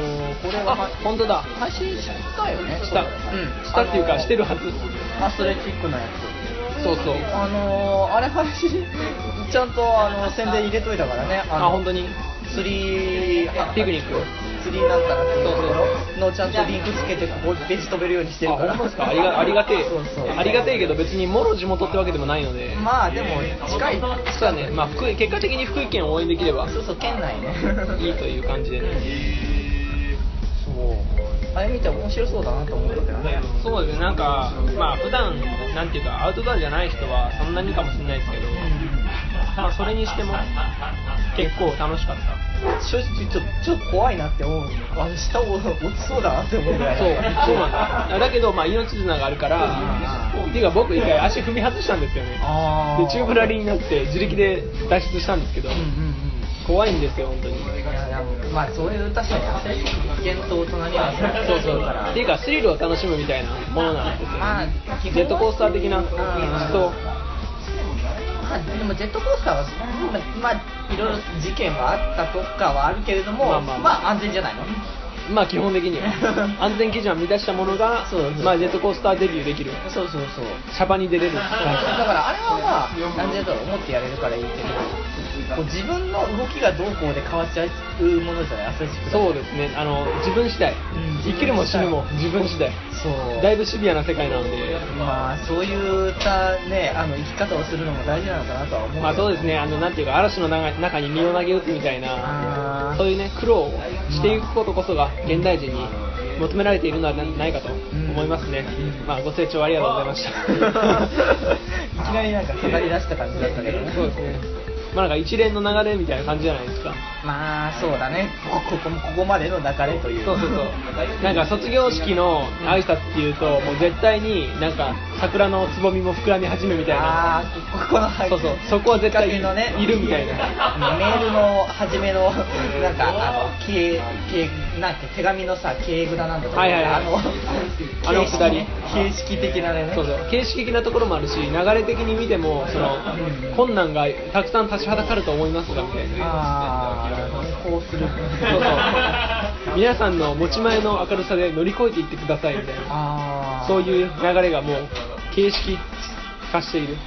S4: これは
S2: あ本当だ
S4: 配信したよね
S2: した、
S4: うん
S2: したっていうかしてるはず
S4: アスレチックのやつ
S2: そうそう
S4: あのー、あれ配信ちゃんとあの宣伝入れといたからねの
S2: あ本当に
S4: 釣り
S2: ピクニック
S4: 釣りなんたらっていうところのちゃんとリンクつけてここページ飛べるようにしてるから
S2: あ本当ですかありがありがてえ
S4: そうそう
S2: ありがてえけど別にもろ地元ってわけでもないので
S4: まあでも近い
S2: そうだね、まあ、福井結果的に福井県を応援できれば
S4: そうそう県内ね
S2: (laughs) いいという感じでね
S4: そうあれ見て面白そうだなと思ったけどね
S2: そうですねなんかまあ普段なんていうかアウトドアじゃない人はそんなにかもしれないですけど、まあ、それにしても結構楽しかった
S4: 正直ちょちょっと怖いなって思うあの下を落ちそうだなって思うぐらい
S2: そうそうなんだだけどまあ命綱があるからっていうか僕一回足踏み外したんですよね
S4: あー
S2: でチューブラリーになって自力で脱出したんですけど、
S4: うんうんうん
S2: 怖いんですよ本当に
S4: いやいやまあそういう確かに危険と大人には
S2: そうそう
S4: から
S2: っていうかスリルを楽しむみたいなものなんですよ、
S4: まあ基本
S2: ジェットコースター的な
S4: うん
S2: きっと
S4: まあでもジェットコースターはまあ、まあ、いろいろ事件はあったとかはあるけれども
S2: ま
S4: ま
S2: あ
S4: あ、
S2: まあ
S4: 安全じゃないの
S2: まあ基本的に
S4: (laughs)
S2: は安全基準を満たしたものが
S4: そうそう
S2: まあ、ジェットコースターデビューできる
S4: そうそうそう
S2: シャバに出れる
S4: だからあれはまあ何でだろう思ってやれるからいいけどこう自分の動きがどうこうで変わっちゃうものじゃないアスレチックだ
S2: そうですねあの自分次第、
S4: ん
S2: 生きるも死ぬも自分次第
S4: そう
S2: だいぶシビアな世界なので
S4: まあそういうたねあの生き方をするのも大事なのかなとは思うけど
S2: まあそうですねあのなんていうか嵐の中中に身を投げ打つみたいな
S4: あー
S2: そういうね苦労をしていくことこそが現代人に求められているのではないかと思いますね、まあご清聴ありがとうございまし
S4: (laughs) いきなりなんか下がり出した感じ (laughs) だったけど
S2: たそうですねまあなんか一連の流れみたいな感じじゃないですか
S4: まあそうだねここここここまでの流れという
S2: そうそうそうなんか卒業式の挨拶っていうともう絶対になんか桜のつぼみも膨らみ始めみたいな
S4: あーここの入
S2: そうそうそこは絶対
S4: きっかけのね
S2: いるみたいな
S4: メールの初めのなんかあの消え消えなんて手紙のさ消え札なんだとか、
S2: はいはいはい
S4: あの
S2: あの
S4: 形式
S2: くだり
S4: 形式的なね
S2: そうそう形式的なところもあるし流れ的に見てもその
S4: うん
S2: 困難がたくさん立ちはだかると思いますがみたいな
S4: ああこうする
S2: そうそう皆さんの持ち前の明るさで乗り越えていってくださいみたいな
S4: ああ
S2: そう
S4: う
S2: いう流れがもう形式化している
S4: んうんうん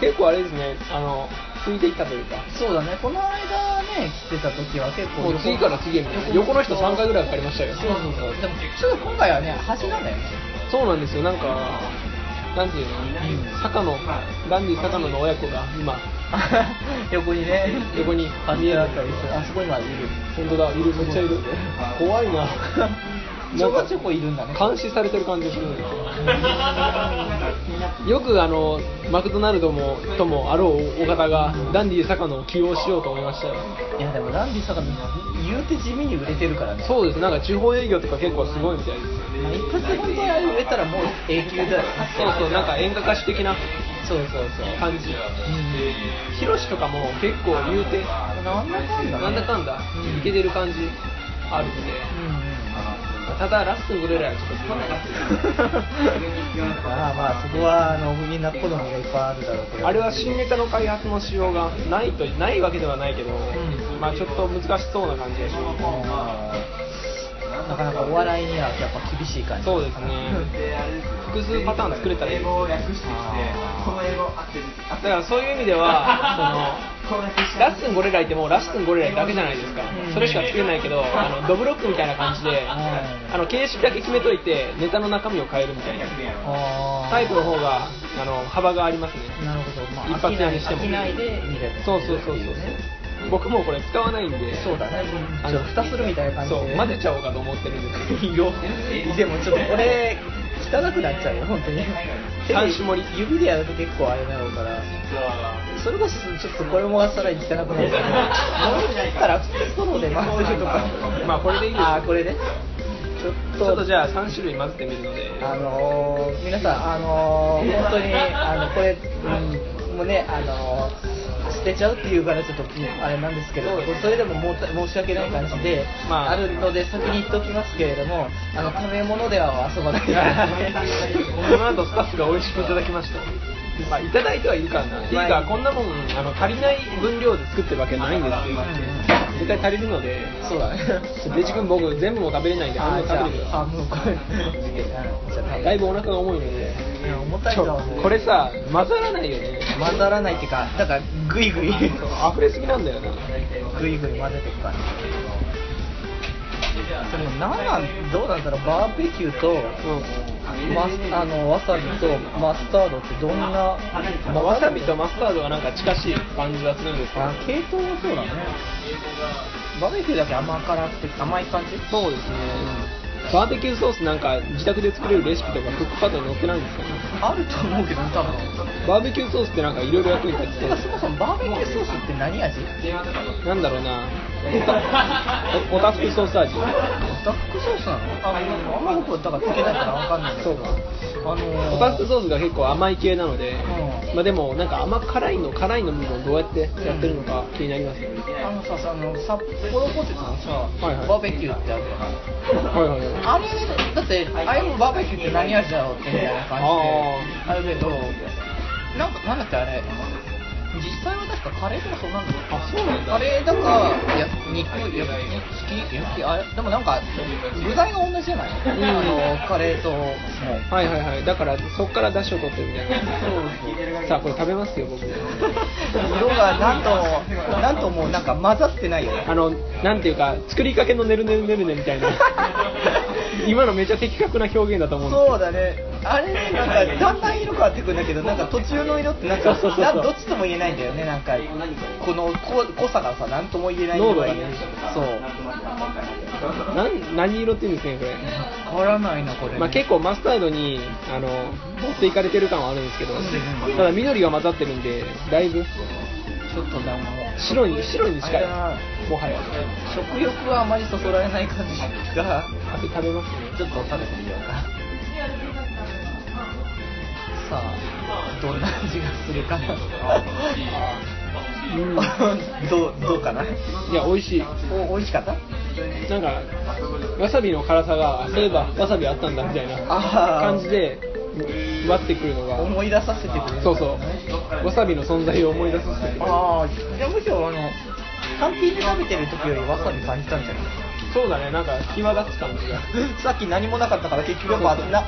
S2: 結構あれですねあのついていったというか
S4: そうだね、この間ね、来てた時は結
S2: も
S4: 構
S2: う次から次へみたいな横の人3回ぐらいかかりましたよ
S4: そうそうそう。でも、ちょっと今回はね、端なんだよね。
S2: そうなんですよなんかなんていうの坂野ダンディ坂野の親子が今
S4: 横にね。
S2: 横に
S4: あ、見えなかったりするあそこにまでいる。
S2: 本当だいるめっちゃいる怖い
S4: (laughs)
S2: な
S4: ちょこちょこいるんだね。
S2: 監視されてる感じするんですよよくあのマクドナルドもともあろうお方がダンディ坂野を起用しようと思いましたよ
S4: いや、でも、ランディさんが言うて地味に売れてるからね。
S2: そうですなんか地方営業とか結構すごいみたいです
S4: まあ一発で本当にあれ売れたらもう永久だよ。
S2: そうそうなんか演歌歌手的な
S4: そうそうそう。
S2: 感じヒロシとかも結構言うて
S4: なんだかんだね。
S2: なんだかんだ
S4: うん
S2: いけてる感じあるんで
S4: うんうん。
S2: ただラストグレラはちょっとつまんなかった
S4: まあまあそこはあのみんな好みがいっぱいあるだろうけど
S2: あれは新ネタの開発の仕様がないとないわけではないけど、
S4: ん
S2: まあちょっと難しそうな感じがします
S4: うんなかなかお笑いにはやっぱ厳しい感じ
S2: そうですね複数パターン作れたらいいだからそういう意味ではそのラッスンゴレライってもうラッスンゴレライだけじゃないですか、
S4: うん
S2: それしか作れないけどあのドブロックみたいな感じで、
S4: ん
S2: あの形式だけ決めといてネタの中身を変えるみたいな
S4: あー
S2: タイプの方があの幅がありますね
S4: なるほど、まあ、
S2: 一発屋にしても
S4: 飽きないで見れる
S2: そうそうそうそうそう僕もうこれ使わないんで
S4: そうだね
S2: あ
S4: ちょ
S2: の
S4: っと蓋するみたいな感じ
S2: そう
S4: で
S2: 混ぜちゃおうかと思ってるんですけど
S4: い
S2: (laughs)
S4: いよでもちょっとこ (laughs) れ汚くなっちゃうよ本当に
S2: 三種盛り
S4: 指でやると結構あれなのからそれこそちょっとこれもさらに汚
S2: (laughs)
S4: くなっちゃうもうだったらストローで回せるとか
S2: まあこれでいいです
S4: あーこれねちょっ
S2: ち
S4: と
S2: ょっとじゃあ3種類混ぜてみるので
S4: あのー皆さん、あのー本当にあのこれ、うんもうね、あのー捨てちゃうっていうからちょっとあれなんですけど
S2: そうですね
S4: それでももうた申し訳ない感じで、
S2: まあ
S4: あ、るので先に言っておきますけれどもあの食べ物では遊ばないでください
S2: (laughs) この後スタッフが美味しくいただきましたまあいただいてはいるからなっていうかこんなもんあの足りない分量で作ってるわけないんですよ絶対足りるので
S4: そうだね
S2: デジ君僕全部も食べれないんで
S4: (laughs) あ
S2: 半分
S4: ーじ
S2: 食
S4: ゃ
S2: べてくだ
S4: ああ
S2: さ
S4: もうこれじゃあ
S2: いだいぶお腹が重いので
S4: いや重たい
S2: ち
S4: と
S2: ょ
S4: は思う
S2: これさ混ざらないよね
S4: 混ざらないっていうかだからグイグイ
S2: 溢れすぎなんだよな
S4: ぐいぐい混ぜていく感じそれも何なんどうなんだろうバーベキューとマスあのわさびとマスタードってどんな
S2: まあわさびとマスタードがなんか近しい感じはするんですけど
S4: あ系統もそうだねバーベキューだけ甘辛くて甘い感じ
S2: そうですねバーベキューソースなんか自宅で作れるレシピとかクックパッドに載ってないんですかね
S4: あると思うけど多分
S2: バーベキューソースってなんかいろいろ役に立
S4: てかそもそもバーベキューソースって何味
S2: てなんだろうなおたふくソース味
S4: ダックソースなのあのあんま僕だからつけないからわかんないんだけどあのー
S2: おたふくソースが結構甘い系なので、
S4: うん
S2: まあ、でもなんか甘辛いの辛いの部分をどうやってやってるのか気になりますよね、
S4: あのさ、あの札幌ポテトのさ、
S2: いはい
S4: バーベキューってあるじゃない
S2: はいはいはい
S4: あれ、だって、あれもバーベキューって何味だろうってみたいな感じで、あるけど、なんか、なんだっけ、あれ、実際は確かカレーとかそうなんだよ
S2: あそうなんだ
S4: カレーだか、や肉、や焼き、焼き、あれ、でもなんか、具材が同じじゃない、
S2: ん
S4: あのカレーと、もう
S2: はいはいはいだからそっから出汁を取ってるみたいなさあこれ食べますよ僕
S4: 色がなんと、なんともうなんか混ざってないよね。
S2: あのなんていうか作りかけのねるねるねるねみたい (laughs) な今のめっちゃ的確な表現だと思うんですよ
S4: そうだねあれねなんかだんだん色変わってくんだけどなんか途中の色ってなんか
S2: そうそうそう
S4: なんどっちとも言えないんだよねなんかこのこ濃さがさ何とも言えない
S2: 濃
S4: 色
S2: 度
S4: が
S2: が
S4: い
S2: ね
S4: そう
S2: なん何色っていうんですかねこれ
S4: 変わらないなこれ、
S2: まあ、結構マスタードにあの持っていかれてる感はあるんですけど、ただ緑が混ざってるんでだいぶ
S4: ちょっとだもう
S2: 白に白に近い
S4: あれだ
S2: もはや
S4: 食欲はあまりそそられない感じが
S2: あと食べますね
S4: ちょっと食べてみようかさあどんな味がするかなどうどうかない
S2: や美味しい
S4: お美味しかった
S2: なんかわさびの辛さがあそういえばわさびあったんだみたいな
S4: あー
S2: 感じで割ってくるのが
S4: 思い出させてくれる
S2: そうそうわさびの存在を思い出させてくれる
S4: ああいやむしろあの単品で食べてる時よりわさび感じたん
S2: (laughs)
S4: じゃない
S2: そうだねなんか際立つ感じが
S4: さっき何もなかったから結局あな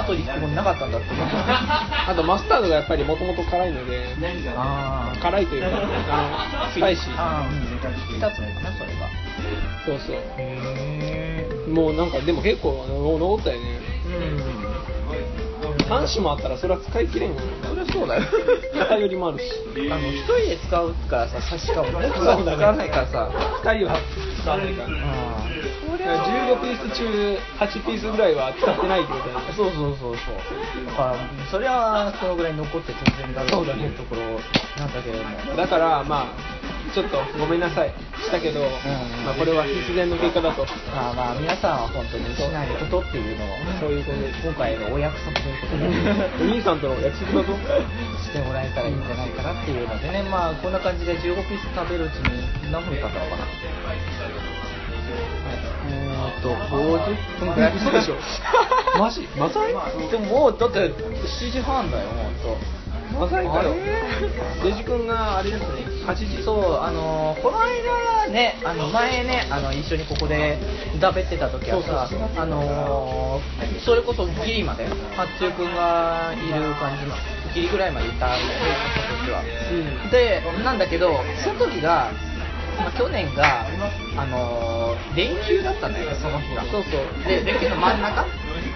S4: 後に質問なかったんだって思った
S2: あとマスタードがやっぱりもともと辛いので
S4: あー
S2: 辛いと
S4: (laughs)
S2: いうかあのスパイシー
S4: あー、うん、2つ目かなそれが
S2: そうそ
S4: へえ
S2: うもうなんかでも結構あの残ったよね
S4: うん
S2: 3種もあったらそれは使い切れんよ
S4: そりゃそうだよ
S2: 偏りもあるし
S4: あの一人で使うからさ差しかも僕は使わないからさ
S2: 2人は使わないから
S4: あ
S2: 15ピース中8ピースぐらいは使ってないってことだよ
S4: ーそうそうそうそうだからそれはそのぐらい残って当然だろうっていうところなんだけれども
S2: だからまあちょっとごめんなさいしたけど、まあ、これは必然の結果だと
S4: まあまあ皆さんは本当にしないことっていうのを
S2: そういうことで
S4: 今回のお約束ということ
S2: (laughs)
S4: で
S2: お兄さんとの約束だぞ
S4: してもらえたらいいんじゃないかなっていうのでねまあこんな感じで15ピース食べるうちに何分経ったのかなえーっと50分ぐらい
S2: 嘘
S4: (laughs)
S2: でしょ
S4: マジマサイでももうだって7時半だよ本当
S2: まさかよ
S4: あれ
S2: デジ君があれですね8時
S4: そうあのーこの間ねあの前ねあの一緒にここでだべってた時はさあのーそれこそギリまで八中君がいる感じのギリぐらいまでいたんだよねその時は、
S2: うん
S4: でなんだけどその時が、まあ去年があのー連休だったんだよねその日が
S2: そうそう
S4: で連休の真ん中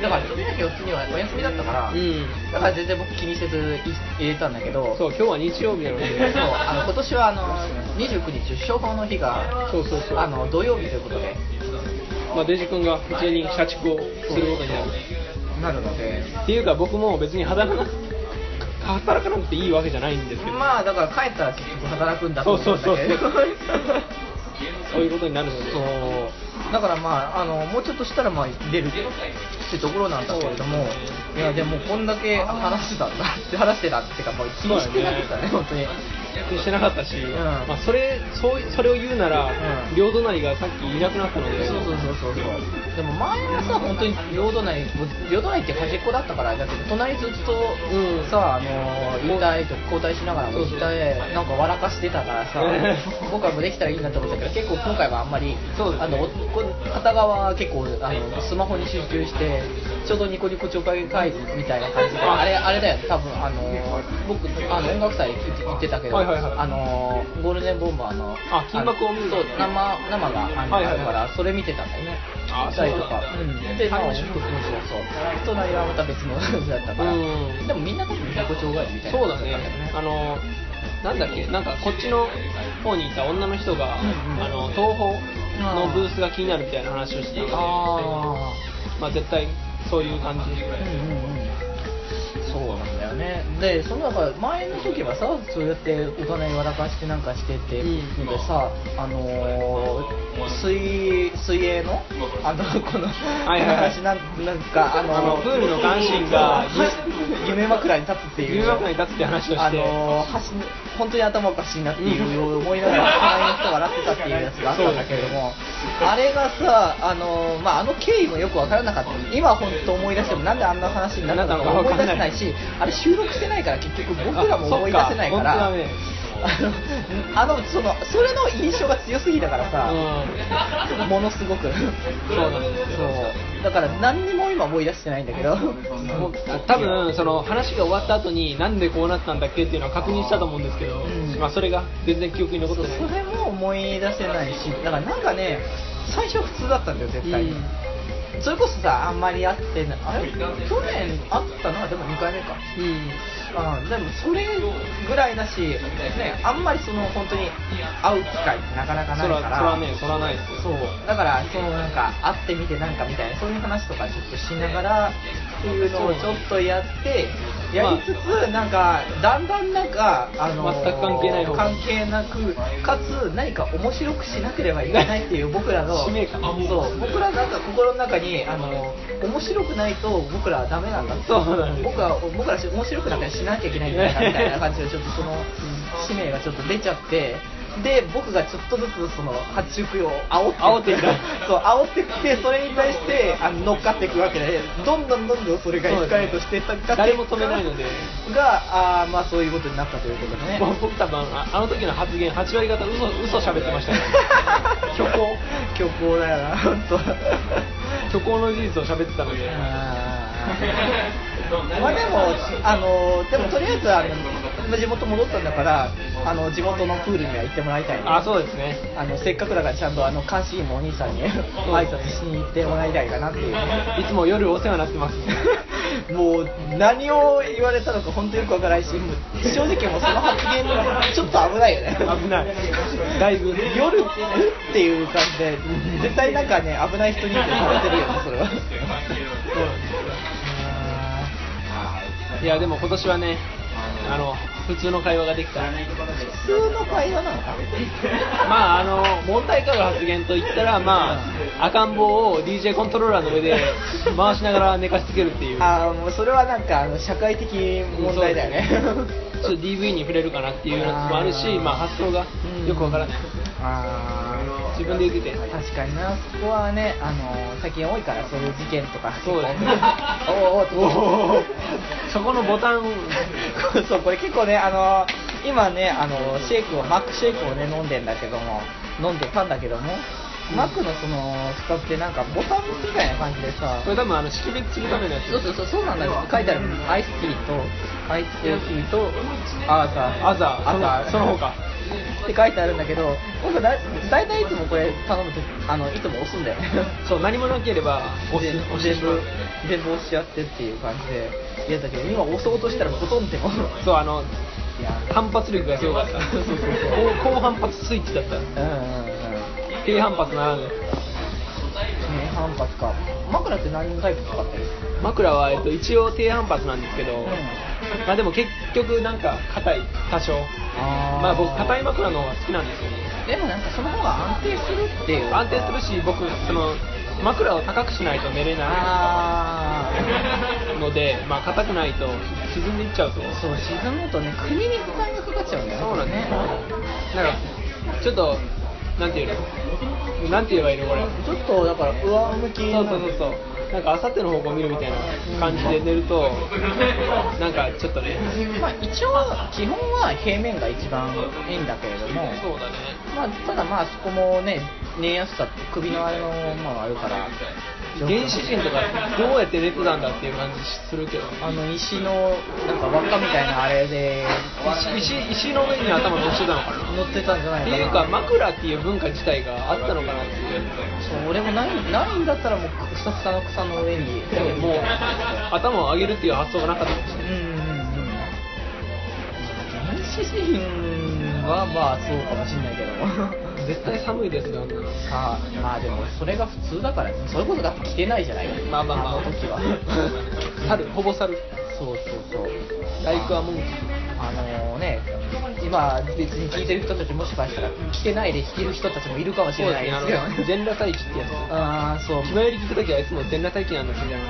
S4: だから次の日お次はお休みだったから、
S2: うん
S4: だから全然僕気にせずい入れたんだけど
S2: そう今日は日曜日なので
S4: (laughs) そうあの今年はあの29日初版の日が
S2: そうそうそう
S4: あの土曜日ということで
S2: まあ、デジ君が普通に社畜をすることになる
S4: なるので
S2: っていうか僕も別に働かな働かなくていいわけじゃないんですけど、
S4: まあだから帰ったら結局働くんだと思うんだけど
S2: そうそうそうそういうことになるので
S4: (laughs) そうだからまああのもうちょっとしたらまあ出るってところなんだけれどもいやでもこんだけ話してたんだって話してたっていうかもう気にしてなかったね
S2: そう
S4: 本当に
S2: してなかったし、
S4: ん
S2: まあ、それそうそれを言うなら、
S4: うん
S2: 両隣がさっきいなくなったので
S4: そうそうそうそうそうでも前はさ本当に両隣両隣って端っこだったからだけど隣ずっと、
S2: うん
S4: さあのいたいと交代しながらもいたいなんか笑かしてたからさ今回もできたらいいなと思ったけど結構今回はあんまり
S2: そうですね
S4: あのこ片側は結構あのスマホに集中してちょうどニコニコ超会議会議みたいな感じであれあれだよ多分あの僕あの音楽祭行って行ってたけど、
S2: はいはいはい
S4: あのゴールデンボンバーの
S2: あ金箔を見る
S4: そう生生があの
S2: は
S4: あ
S2: いはいはい
S4: るからそれ見てたんだよね
S2: あ
S4: 見たりとか
S2: そうなんだ
S4: でまあ
S2: タイ
S4: そう
S2: ムシ
S4: そう
S2: フト
S4: そう隣はまた別の話だったから
S2: うん
S4: でもみんな多分自己障害みたいな
S2: そうだねあのなんだっけなんかこっちの方にいた女の人が、
S4: うんうん
S2: あの東宝のブースが気になるみたいな話をしてたので
S4: あ
S2: まあ、絶対そういう感じ
S4: あうんうんうんそうなんだよねでそのなんか前の時はさそうやってお金笑かしてなんかしてって
S2: うん
S4: のでさ、あのー水水泳のあのこの
S2: はいはいはい
S4: 話なんなんかあの
S2: あのプールの監視員が
S4: はい夢枕に立つっていう
S2: 夢枕に立つって話をして
S4: あのー橋の本当に頭おかしいなっていう思いながら隣の人が笑ってたっていうやつがあったんだけれどもあれがさあのーまああの経緯もよく分からなかった今本当思い出してもなんであんな話になったのか思い出せないしあれ収録してないから結局僕らも思い出せないか
S2: あそっか
S4: ら
S2: 本当だね
S4: あのあのそのそれの印象が強すぎたからさ、ものすごく
S2: そうだね
S4: そうだから何にも今思い出してないんだけど
S2: もう多分その話が終わった後になんでこうなったんだっけっていうのは確認したと思うんですけど、
S4: うん
S2: まあ、それが全然記憶に残ってない
S4: それも思い出せないしだからなんかね最初普通だったんだよ絶対に、
S2: うん
S4: それこそさあんまり会ってないあれ去年会ったのはでも2回目か
S2: うん
S4: あでもそれぐらいだし、ね、あんまりその本当に会う機会ってなかなかな
S2: そ
S4: い
S2: ら
S4: から
S2: そらねそらないです
S4: そ
S2: よ
S4: うだからそのなんか会ってみてなんかみたいなそういう話とかちょっとしながらっていうのをちょっとやってやりつつなんかだんだんなんかあの
S2: 全く関係ない方
S4: 関係なくかつ何か面白くしなければいけないっていう僕らの
S2: (laughs) 使命感
S4: そう僕らなんか心の中にあの面白くないと僕らはダメなんだ
S2: そうなんです
S4: 僕は僕らし面白くなんかしなきゃいけないんだなみたいな感じでちょっとその使命がちょっと出ちゃってで僕がちょっとずつその発注を煽って
S2: 煽っていく
S4: (laughs) そう煽ってきてそれに対してあの乗っかっていくわけでどんどんどんどんそれがエスカレートしてった結果
S2: 誰も止めないので
S4: があーまあそういうことになったということ
S2: (laughs)
S4: でね
S2: もう僕多分ああの時の発言8割方嘘嘘喋ってま
S4: (laughs)
S2: したね虚構
S4: 虚構だよな本当。
S2: 虚構の事実を喋ってたので (laughs)
S4: (laughs) まあでも、あのでもとりあえずあの地元戻ったんだからあの地元のプールには行ってもらいたいね
S2: あそうですね
S4: あのせっかくだからちゃんとあの監視員のお兄さんに挨拶しに行ってもらいたいかなっていう
S2: いつも夜お世話になってます
S4: もう何を言われたのか本当よくわからないしもう正直もうその発言がちょっと危ないよね
S2: 危ないだいぶ
S4: 夜えっていう感じで絶対なんかね危ない人にってされてるよねそれは
S2: (laughs) いやでも今年はねあの普通の会話ができた
S4: 普通の会話なのか
S2: まああの問題かの発言といったらまあ赤ん坊を DJ コントローラーの上で回しながら寝かしつけるっていう
S4: あーもうそれはなんかあの社会的問題だよね
S2: ちょっと DV に触れるかなっていうのもあるし
S4: あー
S2: まあ発想がよくわからない
S4: あー
S2: 自分で言ってて
S4: 確かになそこはねあの最近多いからそういう事件とか
S2: そうだね
S4: おーおーっと
S2: そこのボタン
S4: (laughs) そうこれ結構ねあの今ねあのシェイクをマックシェイクをね飲んでんだけども飲んでたんだけども、マックのその使ってなんかボタンみたいな感じでさ
S2: これ多分あの識別するためのやつ
S4: そうそうそうそうなんだよ書いてあるアイスティーとアイスコーヒーとアーザー
S2: アザー
S4: アザー
S2: そのその他
S4: って書いてあるんだけど僕だ大体いつもこれ頼むとあのいつも押すんだよね
S2: そう何もなければ押し
S4: 全
S2: 押
S4: 部
S2: してしまう
S4: 全部押しちゃってっていう感じでやったけど今押そうとしたらほとんども
S2: そうあの
S4: いや
S2: 反発力がすごかった
S4: そうそうそう
S2: 高高反発スイッチだった
S4: うんうんうん
S2: 低反発ならぬ
S4: ね反発か枕って何のタイプ使ってる
S2: 枕は、えっと、一応低反発なんですけど、
S4: うん
S2: まあでも結局なんか硬い多少
S4: あー
S2: まあ僕硬い枕の方が好きなんですよね
S4: でもなんかその方が安定するっていう
S2: 安定するし僕その枕を高くしないと寝れな
S4: あ
S2: いのでまあ硬くないと沈んでいっちゃうと
S4: あそう沈むとね首に負担がかかっちゃうんだよ
S2: そうなんですよなんかちょっとなんていうのなんて言えばいいのこれ
S4: ちょっとだから上向き
S2: そうそ
S4: なん
S2: うそうそうなんかあさっての方向を見るみたいな感じで寝るとなんかちょっとね
S4: まあ一応基本は平面が一番いいんだけれども
S2: そうだね
S4: まあただまあそこもね寝やすさって首のあれのまああるから
S2: 原始人とかどうやって寝てたんだっていう感じするけど
S4: あの石のなんか輪っかみたいなあれで
S2: 石石石の上に頭乗ってたのかな
S4: 乗ってたんじゃない
S2: って
S4: かな
S2: いうか枕っていう文化自体があったのかなっていう
S4: そう俺もないないんだったらもうふさふさの草の上に
S2: もう頭を上げるっていう発想がなかったんです
S4: う
S2: よ
S4: んうんうん原始人はまあそうかもしんないけども
S2: 絶対寒いですよあんなの
S4: さあまあでもそれが普通だからそれこそだって着てないじゃない
S2: まあまあまあ
S4: の時は
S2: (laughs) 猿ほぼ猿
S4: そうそうそう
S2: 大工はもう
S4: あのね今別に聞いてる人たちもしかしたら着てないで弾ける人たちもいるかもしれないですけ
S2: あの
S4: ど
S2: 全裸待機ってやつ
S4: ああーそう
S2: 気前より聞くときはいつも全裸待機なんですみたいな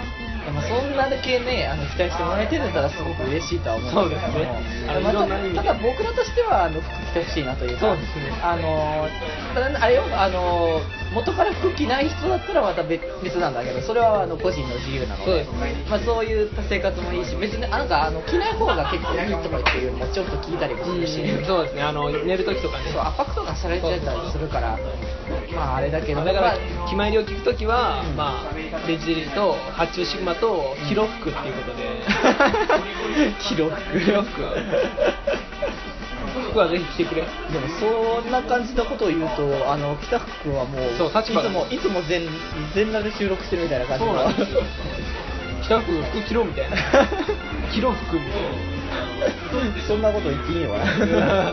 S4: でもそんなだけね、あの期待してもらえてるんだったらすごく嬉しいとは思うんですけども
S2: そうですね
S4: ただまた
S2: あのいろんな意味で
S4: ただ僕らとしてはあの服着てほしいなというか、
S2: そうですね
S4: あのただあれよあの元から服着ない人だったらまた別別なんだけど、それはあの個人の自由なので、
S2: そうですね
S4: まあそういう生活もいいし、別になんかあの着ない方が結構いいとかっていうのもちょっと聞いたりもするし。
S2: そうですねあの寝るときとかね
S4: そう圧迫とかされちゃったりするから、まああれだけ
S2: ま
S4: ど、
S2: あだから
S4: まあ
S2: 決まりを聞くときは、
S4: うん
S2: まあ、デジデジと発注シグマとヒロ服っていうこと
S4: (laughs)
S2: で、
S4: 記録
S2: ヒロ服服はぜひ着てくれ
S4: でもそんな感じのことを言うと、あの北福君はもう
S2: そう立場が
S4: いつもいつも全全裸で収録してるみ
S2: (laughs)
S4: たいな感じ
S2: そう
S4: の (laughs)
S2: なんですよ北服服着ろみたいな着ろ服みたい
S4: そんなこと言っていいの
S2: (laughs)
S4: かな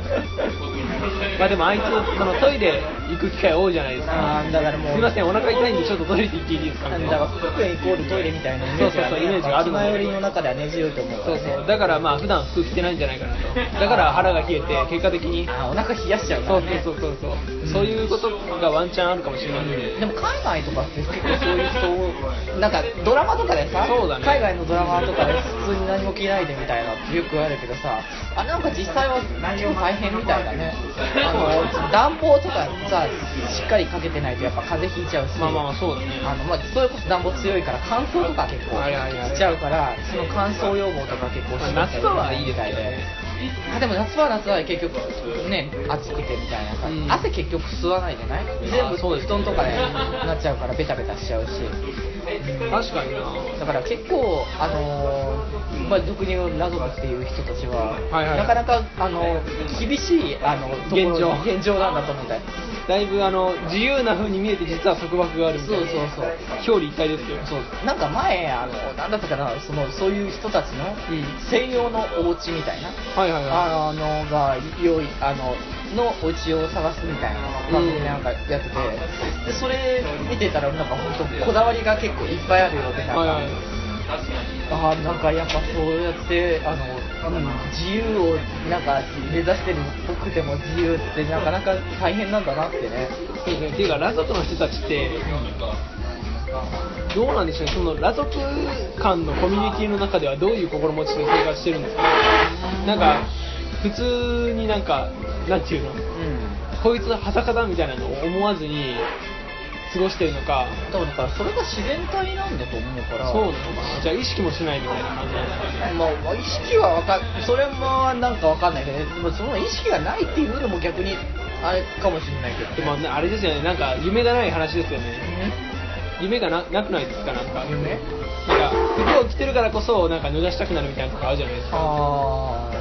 S2: まあでもあいつそのトイレ行く機会多いじゃないですか
S4: あーだからもう
S2: すいませんお腹痛いんでちょっとトイレ行っていいですか
S4: な
S2: み
S4: ん
S2: た
S4: だ
S2: い
S4: か
S2: な
S4: 服イコールトイレみたいなイメージが
S2: そうそうそうイメージがあるの
S4: 前寄りの中では根強いと思うか
S2: そう
S4: らね
S2: そうだからまあ普段服着てないんじゃないかなとだから腹が冷えて結果的に
S4: あーお腹冷やしちゃうか
S2: そ
S4: ら
S2: う
S4: ね
S2: そうそうそうそうそういうことがワンチャンあるかもしれないんで
S4: でも海外とかって結構そういう人なんかドラマとかでさ、
S2: そうだね
S4: 海外のドラマとかで普通に何も着ないでみたいなってよくあるけどさあなんか実際は何も大変みたいだ
S2: (laughs)
S4: ねあの暖房とかさしっかりかけてないとやっぱ風邪ひいちゃうし
S2: まあまあまあそうだね
S4: あのまあ、それこそ暖房強いから乾燥とか結構
S2: はいはいはい
S4: しちゃうからその乾燥予防とか結構しなきゃ
S2: 夏
S4: けな
S2: 場はいいですけどね
S4: あでも夏場は夏場で結局ね暑くてみたいな感じ、
S2: うん
S4: 汗結局吸わないでない全部
S2: そうです
S4: 布団とかでなっちゃうからベタベタしちゃうし
S2: 確かにな
S4: だから結構あのーまあ俗に言う謎っていう人たちは、
S2: はいはい
S4: なかなかあの厳しいあのところ
S2: 現状
S4: 現状なんだと思うんだよ
S2: だいぶあの自由な風に見えて実は束縛があるみたいな
S4: そうそうそう
S2: 表裏一体ですよそう
S4: なんか前あのなんだったかなそのそういう人たちの
S2: うん
S4: 専用のお家みたいな、
S2: はいはいはい
S4: あのが用意あののお家を探すみたいな番組なんかやってて、でそれ見てたらなんか本当こだわりが結構いっぱいあるよってなんか、
S2: はいはい
S4: あーなんかやっぱそうやってあの、うん自由をなんか目指してる僕でも自由ってなかなか大変なんだなってね
S2: そうですねっていうかラ族の人たちってどうなんでしょうねそのラ族間のコミュニティの中ではどういう心持ちで生活してるんですかなんか普通になんかなんていうの
S4: うん
S2: こいつはさかだみたいなのを思わずに過ごしてるのか
S4: だからだからそれが自然体なんだと思うから
S2: そうなのかなじゃあ意識もしないみたいな感じなんですか
S4: まあ、意識はわかそれもなんかわかんないけど、ね、でもその意識がないっていうのも逆にあれかもしれないけど、
S2: でもねあれですよねなんか夢がない話ですよね夢がななくないですかなんか
S4: うん夢
S2: なんか服を着てるからこそなんか脱がしたくなるみたいなとこあるじゃないですか
S4: あ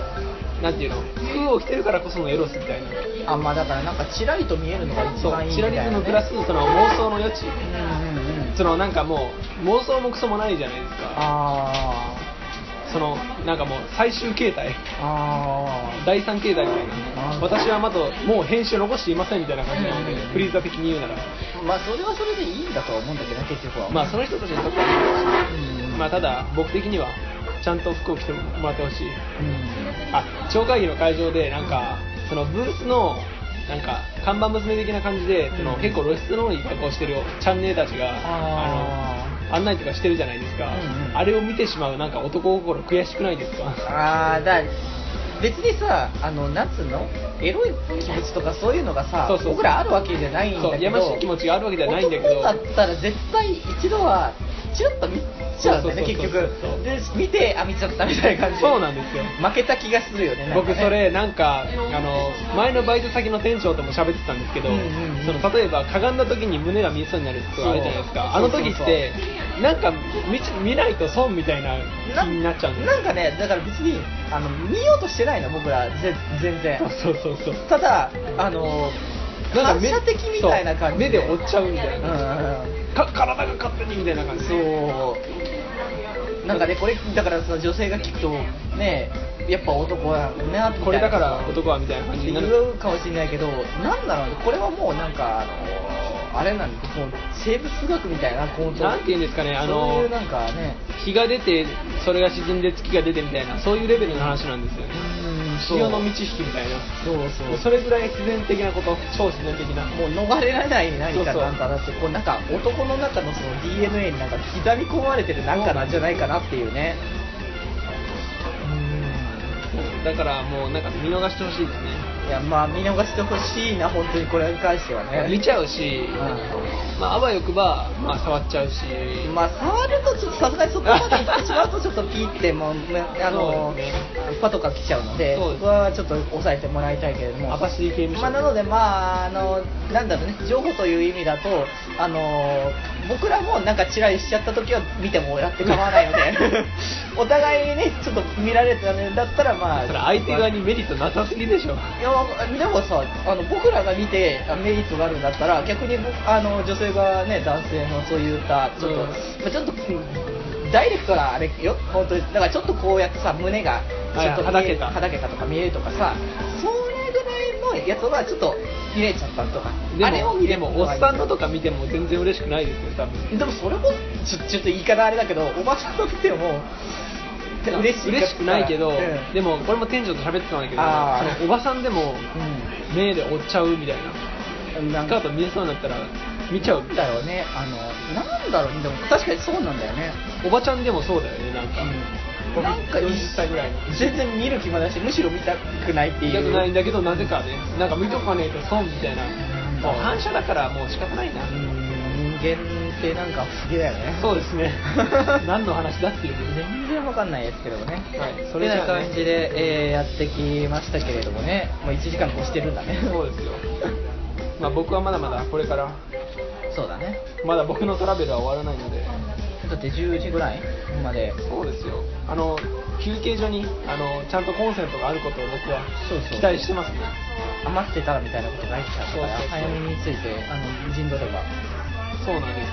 S2: なんていうの服を着てるからこそのエロスみたいな
S4: ーあまあだからなんかちらりと見えるのが一
S2: そ
S4: 番
S2: う
S4: いい
S2: チ
S4: みた
S2: ラ
S4: い
S2: リズ
S4: な、ね、
S2: ムプラスその妄想の余地
S4: うんうんうん
S2: そのなんかもう妄想もクソもないじゃないですか
S4: あ
S2: そのなんかもう最終形態
S4: ーあー
S2: 第3形態みたいな
S4: あー
S2: 私はまだもう編集残していませんみたいな感じなので
S4: うん
S2: フリーザ的に言うなら
S4: まあそれはそれでいいんだとは思うんだけどね結局は
S2: まあその人たちにとっては
S4: うん
S2: まあただ僕的にはちゃんと服を着てもらってほしい
S4: うん
S2: あ町会議の会場でなんかそのブースのなんか看板娘的な感じでその
S4: うん
S2: 結構露出の多い格好をしてるチャンネルたちが
S4: あー
S2: あの案内とかしてるじゃないですか、
S4: うんうん
S2: あれを見てしまうなんか男心悔しくないですか
S4: ああだ別にさあの夏のエロい気持ちとかそういうのがさ
S2: そうそう
S4: 僕らあるわけじゃないんだけど
S2: そうやましい気持ちがあるわけじゃないんだけど
S4: 男だったら絶対一度はチラッと見ちゃうんだよ
S2: そ
S4: ね
S2: う
S4: 結
S2: そうそう
S4: 局
S2: そうそう
S4: で見てあ見ちゃったみたいな感じ
S2: そうなんですよ
S4: 負けた気がするよねなんか
S2: 僕
S4: ね
S2: それなんかあの前のバイト先の店長とも喋ってたんですけど、
S4: うんうんうん
S2: その例えばかがんだ時に胸が見えそうになるとかあるじゃないですかあ
S4: そ
S2: の
S4: うそうそう
S2: 時ってなんか見ち見ないと損みたいな
S4: な
S2: 気になっちゃうんですよ
S4: なんかねだから別にあの見ようとしてないの僕らぜ全然
S2: そうそうそうそう
S4: ただあの
S2: なんか
S4: 反射的みたいな感じ
S2: そう目で追っちゃうみたいな、
S4: うんうんうん
S2: か体が勝手にみたいな感じ
S4: そうなんかねこれだからその女性が聞くとねやっぱ男だなみたいな
S2: これだから男はみたいな感じにな
S4: 言
S2: る
S4: うかもしれないけどなんだろうねこれはもうなんかあのあれなんだもう生物学みたいな行動
S2: なんて言うんですかねあの
S4: そういうなんかね
S2: 日が出てそれが沈んで月が出てみたいなそういうレベルの話なんですよね
S4: うんそう
S2: 潮の満ち引きみたいな
S4: そうそう
S2: もうそれぐらい自然的なこと超自然的な
S4: もう逃れられない何かなんかだってこうなんか男の中のその DNA になんか刻み込まれてるなんかなんじゃないかなっていうね
S2: だからもうなんか見逃してほしいですね
S4: いやまあ見逃してほしいな本当にこれに関してはね
S2: 見ちゃうし、まあ、あわよくば、まあ、触っちゃうし、
S4: うんまあ触るとちょっとさすがにそこまで行ってしまうとちょっとピーってもうねあ
S2: そ
S4: の
S2: うです
S4: パとか来ちゃうので
S2: そうです
S4: ここはちょっと抑えてもらいたいけれども
S2: アパシリ刑務所
S4: まあ、なのでまああのなんだろうね情報という意味だとあの僕らもなんかチラリしちゃった時は見てもらって構わないの
S2: (laughs)
S4: でお互いにねちょっと見られてたんだったらまあ
S2: それ相手側にメリットなさすぎでしょ
S4: いやでもさあの僕らが見てあメリットがあるんだったら逆に僕あの女性がね男性のそういったちょっと、
S2: うん
S4: まあちょっとうんダイレクトなあれよ本当にだからちょっとこうやってさ胸が
S2: はい
S4: ちょっと
S2: はだけた
S4: はだけたとか見えるとかさそれぐらいのやつはちょっと見れちゃったとか
S2: でも
S4: あれを見
S2: で
S4: れ
S2: もおっさんのとか見ても全然嬉しくないですよ多分
S4: でもそれもちょちょっと言い方あれだけどおばちゃんの見てもてか嬉しいか
S2: 嬉しくないけど、
S4: うん
S2: でもこれも店長と喋ってたんだけど
S4: あー
S2: そのおばさんでも目で追っちゃうみたいな
S4: うんなん
S2: スカ
S4: か
S2: ート見えそうになったら見ちゃう
S4: なんだろうねあのなんだろうねでも確かにそうなんだよね
S2: おばちゃんでもそうだよねなんか、
S4: なんか40歳ぐらい全然見る気もないしむしろ見たくないって
S2: 見
S4: い
S2: た
S4: う
S2: くないんだけどなぜかねなんか見とかねえと損みたいな、もう反射だからもう仕方ないな、
S4: うん人間ってなんか不思議だよね
S2: そうです (laughs) ね何の話だっていうね
S4: 全然わかんないですけどもね、
S2: はい
S4: それな感じで、えーやってきましたけれどもねもう1時間越してるんだね
S2: そうですよまあ僕はまだまだこれから
S4: そうだね
S2: まだ僕のトラベルは終わらないので
S4: だって10時ぐらいまで
S2: そうですよあの休憩所にあのちゃんとコンセントがあることを僕は
S4: そうそう
S2: 期待してますね
S4: 余ってたらみたいなことがあった
S2: そうそ
S4: か
S2: う
S4: ら
S2: そう
S4: 早めについてあの陣取れば
S2: そうなんで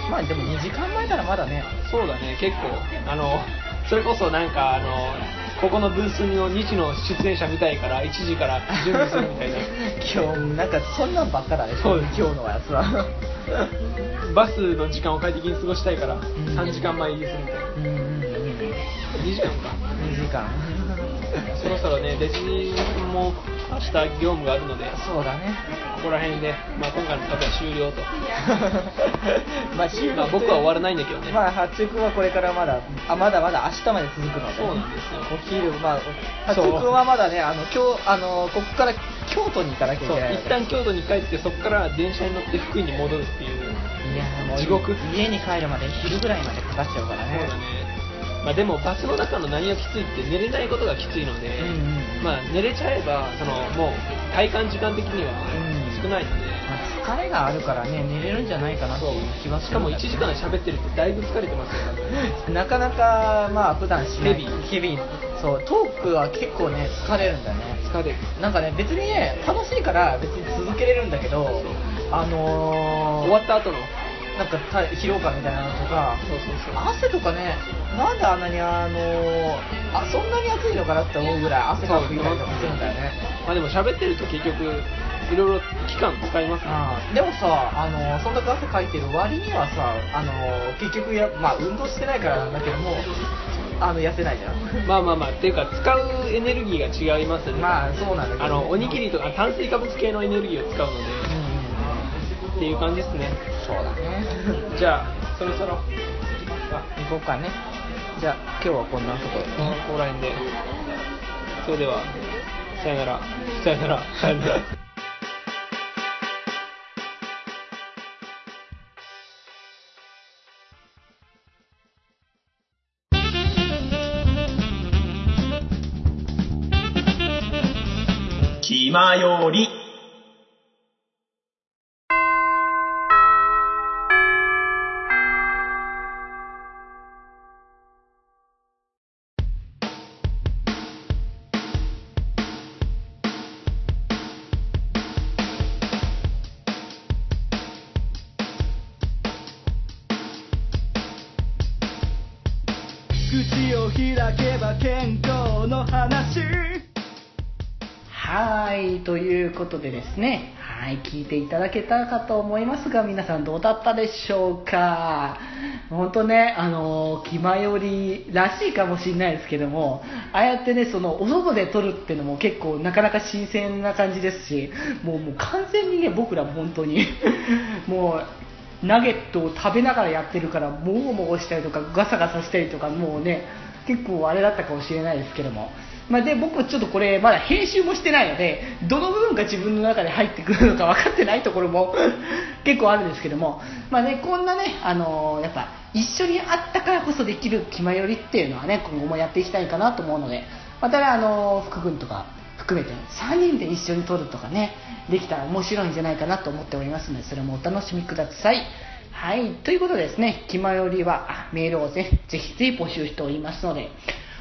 S2: す
S4: まあでも2時間前ならまだね
S2: よそうだね結構あのそれこそなんかあのここのブースの2時の出演者見たいから1時から準備するみたい (laughs)
S4: 今日なんかそんなんばっかだね
S2: そうで
S4: 今
S2: す
S4: 日のやつは
S2: なバスの時間を快適に過ごしたいから
S4: ん
S2: 3時間前入りするみたいな
S4: うんうんうん2
S2: 2時間か
S4: 時間
S2: そろそろね、弟子も明日業務があるので、
S4: そうだね
S2: ここら辺で、まあ、今回の旅は終了
S4: (laughs)
S2: と、
S4: まあ収録
S2: まあ、僕は終わらないんだけどね、
S4: まあ発着はこれからまだあまだまだ明日まで続くので
S2: そうなんですよ
S4: お昼まあ発
S2: そう
S4: 着はまだねあの今日あのここから京都に行かなきゃい
S2: そう
S4: けない
S2: 一旦京都に帰って、そこから電車に乗って福井に戻るっていう、
S4: いやーもう
S2: 地獄
S4: 家に帰るまで昼ぐらいまでかかっちゃうか
S2: そう
S4: らね
S2: だね、まあ、でもバスの中の何がきついって、寝れないことがきついので、
S4: うんうん
S2: まあ、寝れちゃえば、そのもう体感時間的には
S4: うん
S2: 少ないので。
S4: まあ疲れがあるからね寝れるんじゃないかなっていう気は
S2: し
S4: す
S2: か
S4: るん
S2: も1
S4: だけど
S2: 時間喋ってるってだいぶ疲れてますよ、多分
S4: (laughs) なかなかまあ普段しない
S2: ヘビー
S4: 日々そうトークは結構ね疲れるんだよね
S2: 疲れる
S4: なんかね別にね楽しいから別に続けれるんだけどあのー、
S2: 終わった後の
S4: なんかた疲労感みたいなのとか
S2: そうそうそう
S4: 汗とかねなんであんなにあのー、あそんなに暑いのかなって思うぐらい汗かくみたいなのするんだよね
S2: まあでも喋ってると結局いろいろ期間使いますね
S4: あーでもさ、あのーそんだけ汗かいてる割にはさ、あのー結局や、まあ、運動してないからなんだけどもあの痩せないじゃん
S2: まあまあまあっていうか使うエネルギーが違いますね
S4: まあそうなんだけどね、
S2: あのおにぎりとか炭水化物系のエネルギーを使うの
S4: うんうんうん
S2: でっていう感じですね
S4: そうだね
S2: じゃあそろそろあ
S4: 行こうかねじゃあ今日はこんなところ
S2: ここら辺でそれではさよならさよならさよなら
S5: 気まより。
S1: 口を開けば健康の話はいということでですねはい聞いていただけたかと思いますが皆さんどうだったでしょうか本当ねあの気前よりらしいかもしれないですけどもああやってねそのお外で撮るっていうのも結構なかなか新鮮な感じですしもうもう完全にね僕らも本当にもうナゲットを食べながらやってるからもごもごしたりとかガサガサしたりとかもうね結構あれだったかもしれないですけども、まあ、で僕ちょっとこれまだ編集もしてないのでどの部分が自分の中で入ってくるのか分かってないところも (laughs) 結構あるんですけども、まあね、こんなね、あのーやっぱ一緒にあったからこそできる気前よりっていうのはね今後もやっていきたいかなと思うのでまたね、あのー福君とか含めて3人で一緒に撮るとかねできたら面白いんじゃないかなと思っておりますのでそれもお楽しみくださいはいということでですね気まよりはあメールをぜぜひぜひ募集しておりますので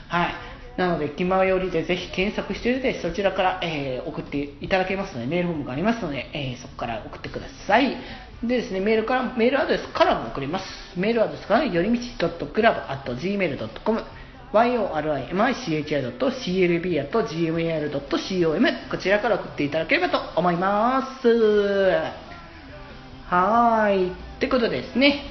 S1: はいなので気まよりでぜひ検索していただいてそちらから、えー送っていただけますのでメールフォームがありますので、えーそこから送ってくださいでですね、メールから、メールアドレスからも送れます。メールアドレスがよりみち .club.gmail.com yorimichi.chr.gmail.com こちらから送っていただければと思いますはーいってことですね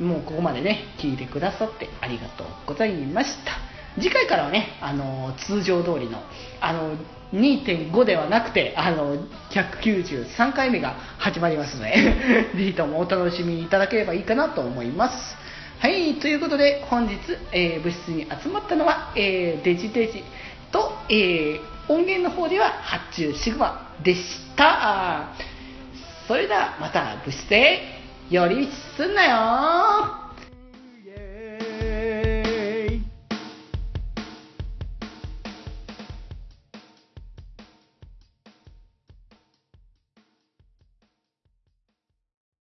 S1: もうここまでね聞いてくださってありがとうございました次回からはねあの通常通りのあの2.5ではなくてあの193回目が始まりますので (laughs) ぜひともお楽しみいただければいいかなと思いますはい、ということで本日、えー部室に集まったのは、えーデジデジと、えー音源の方では発注シグマでしたそれではまた部室へ寄り道すんなよ